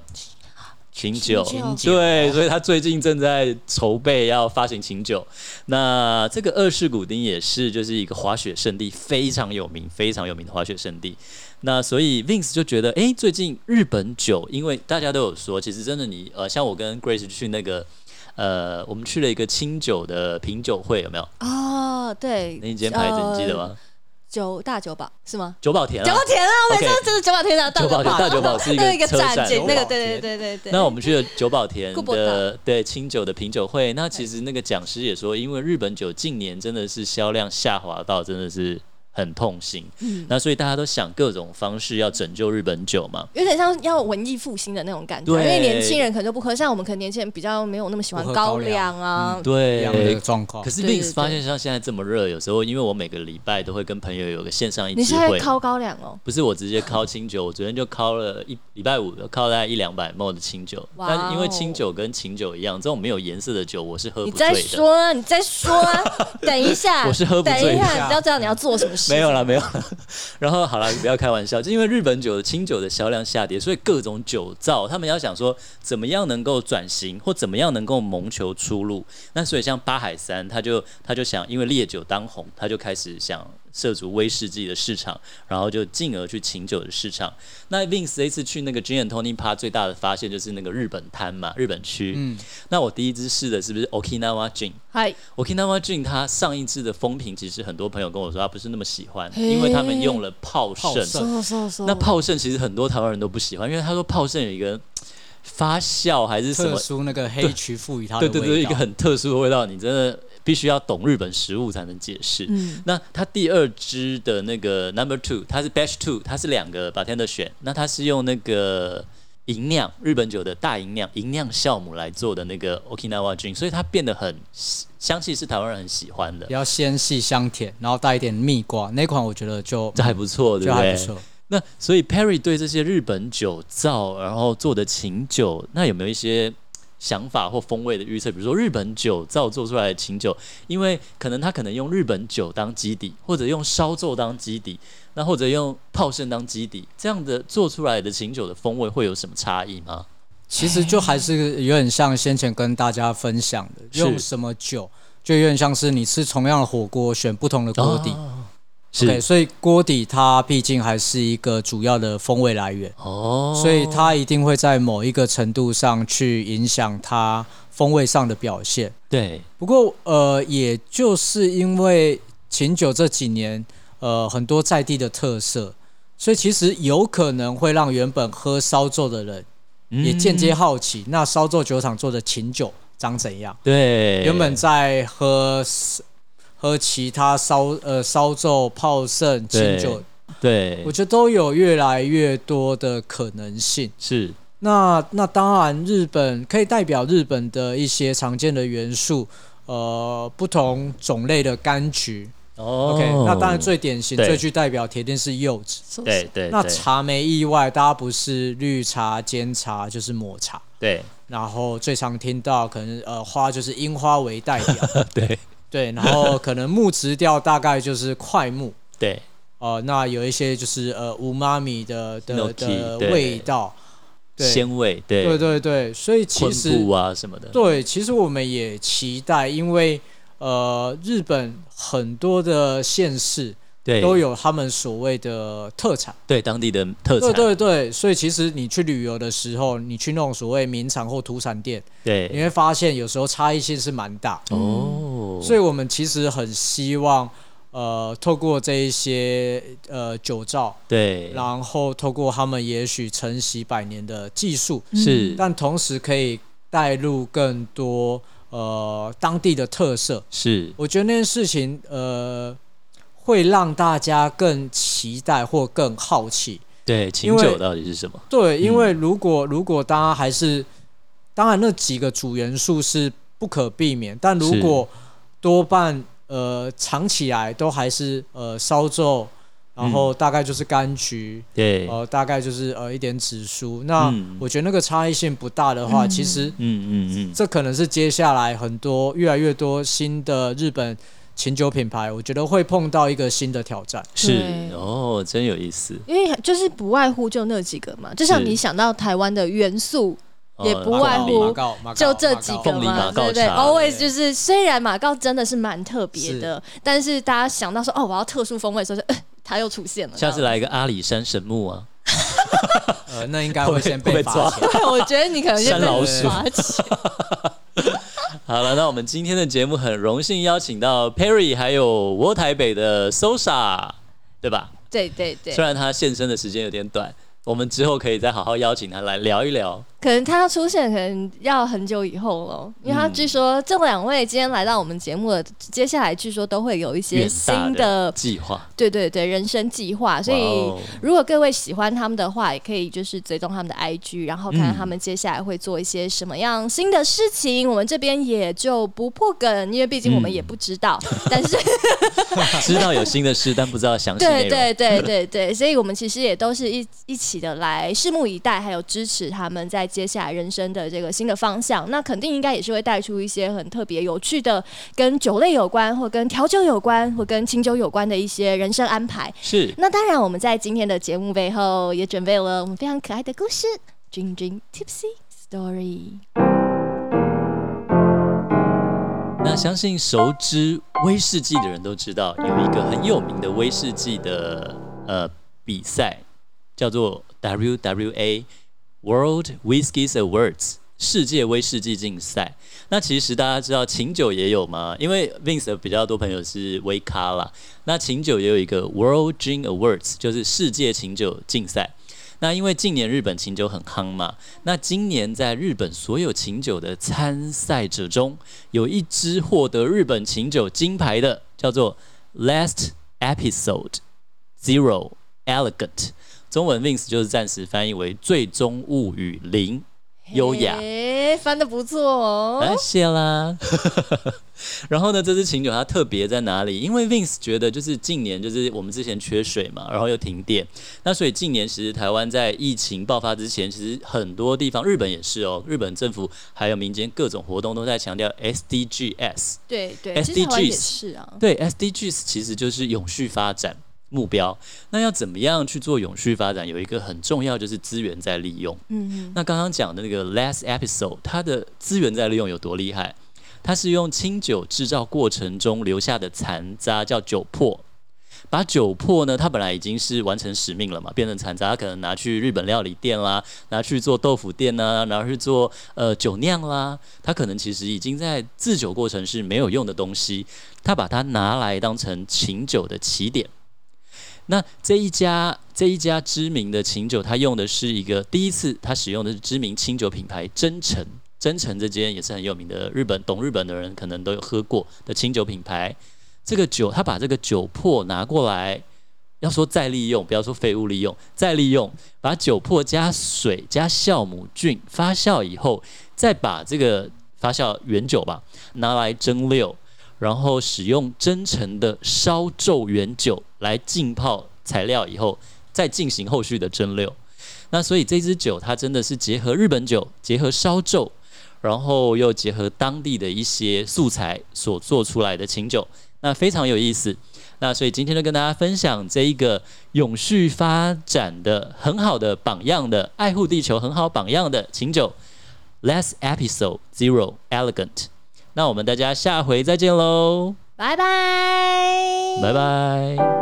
[SPEAKER 2] 琴酒，
[SPEAKER 1] 琴酒琴
[SPEAKER 4] 酒
[SPEAKER 2] 对，所以他最近正在筹备要发行琴酒。那这个二世古丁也是就是一个滑雪圣地，非常有名，非常有名的滑雪圣地。那所以 Vince 就觉得，诶，最近日本酒，因为大家都有说，其实真的你呃，像我跟 Grace 去那个呃，我们去了一个清酒的品酒会，有没有？
[SPEAKER 1] 哦，对，
[SPEAKER 2] 那一间牌子你记得吗？
[SPEAKER 1] 呃？九大酒保是吗？
[SPEAKER 2] 九保田
[SPEAKER 1] 九
[SPEAKER 2] 啊
[SPEAKER 1] 保。田啊，我每次
[SPEAKER 2] OK
[SPEAKER 1] 都真的九保田啊，
[SPEAKER 2] 九保田大酒保是一
[SPEAKER 1] 那个
[SPEAKER 2] 个车
[SPEAKER 1] 站
[SPEAKER 2] 站，
[SPEAKER 1] 景，那
[SPEAKER 3] 九
[SPEAKER 1] 个
[SPEAKER 3] 保
[SPEAKER 1] 对对
[SPEAKER 3] 田
[SPEAKER 1] 对对对。
[SPEAKER 2] 那我们去了九保田
[SPEAKER 1] 顾博
[SPEAKER 2] 的对清酒的品酒会，那其实那个讲师也说，因为日本酒近年真的是销量下滑到真的是很痛心，
[SPEAKER 1] 嗯
[SPEAKER 2] 那所以大家都想各种方式要拯救日本酒嘛。
[SPEAKER 1] 有点像要文艺复兴的那种感觉，因
[SPEAKER 2] 对
[SPEAKER 1] 为年轻人可能就不喝，像我们可能年轻人比较没有那么喜欢
[SPEAKER 3] 不喝
[SPEAKER 1] 高
[SPEAKER 3] 高粱
[SPEAKER 1] 粱啊，
[SPEAKER 3] 一样的
[SPEAKER 2] 嗯对，
[SPEAKER 3] 状况
[SPEAKER 2] 可。是
[SPEAKER 1] 对对
[SPEAKER 2] Vince 发现像现在这么热，有时候因为我每个礼拜都会跟朋友有个线上一
[SPEAKER 1] 你
[SPEAKER 2] 支
[SPEAKER 1] 现在
[SPEAKER 2] 会，
[SPEAKER 1] 靠高粱哦，
[SPEAKER 2] 不是我直接靠清酒，我昨天就靠了一礼拜五靠大概一两百 ml 的清酒，
[SPEAKER 1] 哇哦
[SPEAKER 2] 但因为清酒跟清酒一样，这种没有颜色的酒我是喝
[SPEAKER 1] 你
[SPEAKER 2] 不醉
[SPEAKER 1] 再
[SPEAKER 2] 的。
[SPEAKER 1] 说啊，你再说 啊，等一下，
[SPEAKER 2] 我是喝不
[SPEAKER 1] 等
[SPEAKER 2] 醉的
[SPEAKER 1] 一下，你要知道你要做什么事。
[SPEAKER 2] 没有了，没有了。然后好了，不要开玩笑，就因为日本酒的清酒的销量下跌，所以各种酒造他们要想说怎么样能够转型，或怎么样能够谋求出路。那所以像八海山，他就他就想，因为烈酒当红，他就开始想涉足威士忌的市场，然后就进而去清酒的市场。那 Vince 这一次去那个 Gin and Tony p a 最大的发现就是那个日本摊嘛，日本区。
[SPEAKER 3] 嗯，
[SPEAKER 2] 那我第一支试的是不是 Okinawa Gin？
[SPEAKER 1] 嗨，
[SPEAKER 2] Okinawa Gin 它上一支的风评，其实很多朋友跟我说他不是那么喜欢，
[SPEAKER 1] 嘿
[SPEAKER 2] 因为他们用了泡
[SPEAKER 3] 泡
[SPEAKER 2] 盛。
[SPEAKER 3] 盛
[SPEAKER 1] 说说说，
[SPEAKER 2] 那泡盛其实很多台湾人都不喜欢，因为他说泡盛有一个嘖发酵还是什
[SPEAKER 3] 特
[SPEAKER 2] 么，
[SPEAKER 3] 殊那个黑曲赋予它的
[SPEAKER 2] 对
[SPEAKER 3] 味道，
[SPEAKER 2] 对对，一个很特殊的味道，你真的必须要懂日本食物才能解释。
[SPEAKER 1] 嗯，
[SPEAKER 2] 那它第二支的那个 Number Two，它是 Batch Two，它是两个 bartender 选，那它是用那个银酿日本酒的大银酿银酿酵母来做的那个 Okinawa Gin，所以它变得很香气是台湾人很喜欢的
[SPEAKER 3] 比。较纤细香甜，然后带一点蜜瓜那款，我觉得就
[SPEAKER 2] 这还不错，对
[SPEAKER 3] 就
[SPEAKER 2] 不
[SPEAKER 3] 还
[SPEAKER 2] 对？
[SPEAKER 3] 不错。
[SPEAKER 2] 那所以 Perry 对这些日本酒造，然后做的琴酒，那有没有一些想法或风味的预测？比如说日本酒造做出来的琴酒，因为可能他可能用日本酒当基底，或者用烧酒当基底，那或者用泡盛当基底，这样的做出来的琴酒的风味会有什么差异吗？
[SPEAKER 3] 其实就还是有点像先前跟大家分享的，
[SPEAKER 2] 是
[SPEAKER 3] 用什么酒，就有点像是你吃同样的火锅，选不同的锅底。
[SPEAKER 2] 哦是
[SPEAKER 3] OK，所以锅底它毕竟还是一个主要的风味来源，
[SPEAKER 2] 哦，
[SPEAKER 3] 所以它一定会在某一个程度上去影响它风味上的表现。
[SPEAKER 2] 对
[SPEAKER 3] 不过，呃，也就是因为琴酒这几年，呃，很多在地的特色，所以其实有可能会让原本喝烧酒的人也间接好奇，那烧酒酒厂做的琴酒长怎样？
[SPEAKER 2] 对
[SPEAKER 3] 原本在喝喝其他烧呃烧酒、泡盛、琴酒，
[SPEAKER 2] 对
[SPEAKER 3] 我觉得都有越来越多的可能性。
[SPEAKER 2] 是
[SPEAKER 3] 那那当然，日本可以代表日本的一些常见的元素，呃，不同种类的柑橘。
[SPEAKER 2] 哦
[SPEAKER 3] OK，那当然最典型、
[SPEAKER 2] 对
[SPEAKER 3] 最具代表铁定是柚子。
[SPEAKER 2] 对对
[SPEAKER 3] 那
[SPEAKER 2] 对
[SPEAKER 3] 茶没意外，大家不是绿茶、煎茶就是抹茶。
[SPEAKER 2] 对
[SPEAKER 3] 然后最常听到可能呃花就是樱花为代 表，
[SPEAKER 2] 对
[SPEAKER 3] 对，然后可能木质调大概就是快木，
[SPEAKER 2] 对
[SPEAKER 3] 哦、那有一些就是呃无妈咪的的
[SPEAKER 2] Gnocchi，
[SPEAKER 3] 的
[SPEAKER 2] 对
[SPEAKER 3] 味道，对
[SPEAKER 2] 鲜味对
[SPEAKER 3] 对对对，所以其
[SPEAKER 2] 昆
[SPEAKER 3] 实
[SPEAKER 2] 布啊什么的。
[SPEAKER 3] 对，其实我们也期待，因为呃日本很多的县市
[SPEAKER 2] 对，
[SPEAKER 3] 都有他们所谓的特产。
[SPEAKER 2] 对当地的特
[SPEAKER 3] 对
[SPEAKER 2] 产，
[SPEAKER 3] 对对，所以其实你去旅游的时候，你去那种所谓名产或土产店，
[SPEAKER 2] 对
[SPEAKER 3] 你会发现有时候差异性是蛮大。
[SPEAKER 2] 哦，
[SPEAKER 3] 所
[SPEAKER 2] 以
[SPEAKER 3] 以我们其实很希望，呃，透过这一些呃酒造，
[SPEAKER 2] 对
[SPEAKER 3] 然后透过他们也许承袭百年的技术，
[SPEAKER 2] 是
[SPEAKER 3] 但同时可以带入更多呃当地的特色。
[SPEAKER 2] 是
[SPEAKER 3] 我觉得那件事情，呃，会让大家更期待或更好奇。
[SPEAKER 2] 对
[SPEAKER 3] 因
[SPEAKER 2] 琴
[SPEAKER 3] 为
[SPEAKER 2] 酒到底是什么？
[SPEAKER 3] 对，因为如果、如果大家还是，当然那几个主元素是不可避免，但如果多半呃藏起来都还是呃烧皱，然后大概就是柑橘，
[SPEAKER 2] 嗯对，
[SPEAKER 3] 呃大概就是呃一点紫苏，那、
[SPEAKER 2] 嗯
[SPEAKER 3] 我觉得那个差异性不大的话，
[SPEAKER 1] 嗯
[SPEAKER 3] 其实
[SPEAKER 2] 嗯嗯嗯，
[SPEAKER 3] 这可能是接下来很多越来越多新的日本琴酒品牌，我觉得会碰到一个新的挑战。
[SPEAKER 2] 是
[SPEAKER 1] 对
[SPEAKER 2] 哦，真有意思。
[SPEAKER 1] 因为就是不外乎就那几个嘛，就像
[SPEAKER 2] 是
[SPEAKER 1] 你想到台湾的元素，也
[SPEAKER 2] 哦
[SPEAKER 1] 不外
[SPEAKER 2] 凤梨
[SPEAKER 1] 乎
[SPEAKER 3] 马告马告
[SPEAKER 1] 就这几个
[SPEAKER 2] 凤梨
[SPEAKER 1] 嘛，
[SPEAKER 2] 马
[SPEAKER 1] 对
[SPEAKER 2] 告
[SPEAKER 1] 不对
[SPEAKER 2] 茶
[SPEAKER 1] ？Always 就是，虽然马告真的是蛮特别的，但是大家想到说哦，我要特殊风味的时候，就、呃、它又出现了。
[SPEAKER 2] 下次来一个阿里山神木啊，
[SPEAKER 3] 呃，那应该会先被
[SPEAKER 2] 会
[SPEAKER 3] 罚
[SPEAKER 2] 被
[SPEAKER 3] 钱。
[SPEAKER 1] 这样，我觉得你可能就
[SPEAKER 2] 山老
[SPEAKER 1] 被
[SPEAKER 2] 鼠
[SPEAKER 1] 抓起。
[SPEAKER 2] 好了，那我们今天的节目很荣幸邀请到 Perry 还有我台北的 Sosa，对吧？
[SPEAKER 1] 对对对
[SPEAKER 2] 虽，然他现身的时间有点短，我们之后可以再好好邀请他来聊一聊。
[SPEAKER 1] 可能他出现可能要很久以后了，因为
[SPEAKER 2] 嗯
[SPEAKER 1] 他据说这两位今天来到我们节目了，接下来据说都会有一些
[SPEAKER 2] 远大
[SPEAKER 1] 新
[SPEAKER 2] 的
[SPEAKER 1] 的
[SPEAKER 2] 计划，
[SPEAKER 1] 对对对，人生计划。呃所以
[SPEAKER 2] 哇哦
[SPEAKER 1] 如果各位喜欢他们的话，也可以就是追踪他们的 IG，然后看看他
[SPEAKER 2] 嗯
[SPEAKER 1] 们接下来会做一些什么样新的事情。我们这边也就不破梗，因为毕竟我们也不知道。
[SPEAKER 2] 嗯
[SPEAKER 1] 但是
[SPEAKER 2] 知道有新的事， 但不知道详细
[SPEAKER 1] 对
[SPEAKER 2] 内容。
[SPEAKER 1] 对对对对，所以我们其实也都是一一起的来拭目以待，还有支持他们在接下来人生的这个新的方向。那肯定应该也是会带出一些很特别、有趣的，跟酒类有关，或跟调酒有关，或跟清酒有关的一些人生安排。
[SPEAKER 2] 是
[SPEAKER 1] 那当然，我们在今天的节目背后也准备了我们非常可爱的故事《君君 Tipsy Story》。
[SPEAKER 2] 那相信熟知威士忌的人都知道，有一个很有名的威士忌的呃比赛，叫做 WWA World Whiskies Awards 世界威士忌竞赛。那其实大家知道琴酒也有嘛，因为 Vince 的比较多朋友是威咖啦，那琴酒也有一个 World Gin Awards，就是世界琴酒竞赛。那因为近年日本琴酒很夯嘛，那今年在日本所有琴酒的参赛者中，有一支获得日本琴酒金牌的，叫做 Last Episode Zero Elegant，中文 Vince 就是暂时翻译为最终物语零优雅。
[SPEAKER 1] 哎，翻的不错哦。
[SPEAKER 2] 哎，谢啦。 然后呢，这支琴酒它特别在哪里？因为 Vince 觉得就是近年就是我们之前缺水嘛，然后又停电，那所以近年其实台湾在疫情爆发之前，其实很多地方，日本也是哦，日本政府还有民间各种活动都在强调 SDGs。
[SPEAKER 1] 对
[SPEAKER 2] 哎
[SPEAKER 1] 对，其实台湾也是啊。
[SPEAKER 2] 对，SDGs 其实就是永续发展目标。那要怎么样去做永续发展？有一个很重要就是资源在利用。
[SPEAKER 1] 嗯，
[SPEAKER 2] 那刚刚讲的那个 last episode，它的资源再利用有多厉害？它是用清酒制造过程中留下的残渣叫酒粕，把酒粕呢，它本来已经是完成使命了嘛，变成残渣，它可能拿去日本料理店啦，拿去做豆腐店啦，拿去做呃酒酿啦，它可能其实已经在制酒过程是没有用的东西，它把它拿来当成琴酒的起点。那这一家这一家知名的琴酒，它用的是一个第一次，它使用的是知名清酒品牌真诚。真诚这间也是很有名的，日本懂日本的人可能都有喝过的清酒品牌。这个酒，它把这个酒粕拿过来，要说再利用，不要说废物利用，再利用，把酒粕加水加酵母菌发酵以后，再把这个发酵原酒吧拿来蒸馏，然后使用真诚的烧皱原酒来浸泡材料以后，再进行后续的蒸馏。那所以这支酒它真的是结合日本酒，结合烧皱，然后又结合当地的一些素材所做出来的清酒，那非常有意思。那所以今天就跟大家分享这一个永续发展的很好的榜样的爱护地球很好榜样的清酒，Last Episode Zero Elegant。那我们大家下回再见喽，
[SPEAKER 1] 拜拜，
[SPEAKER 2] 拜拜。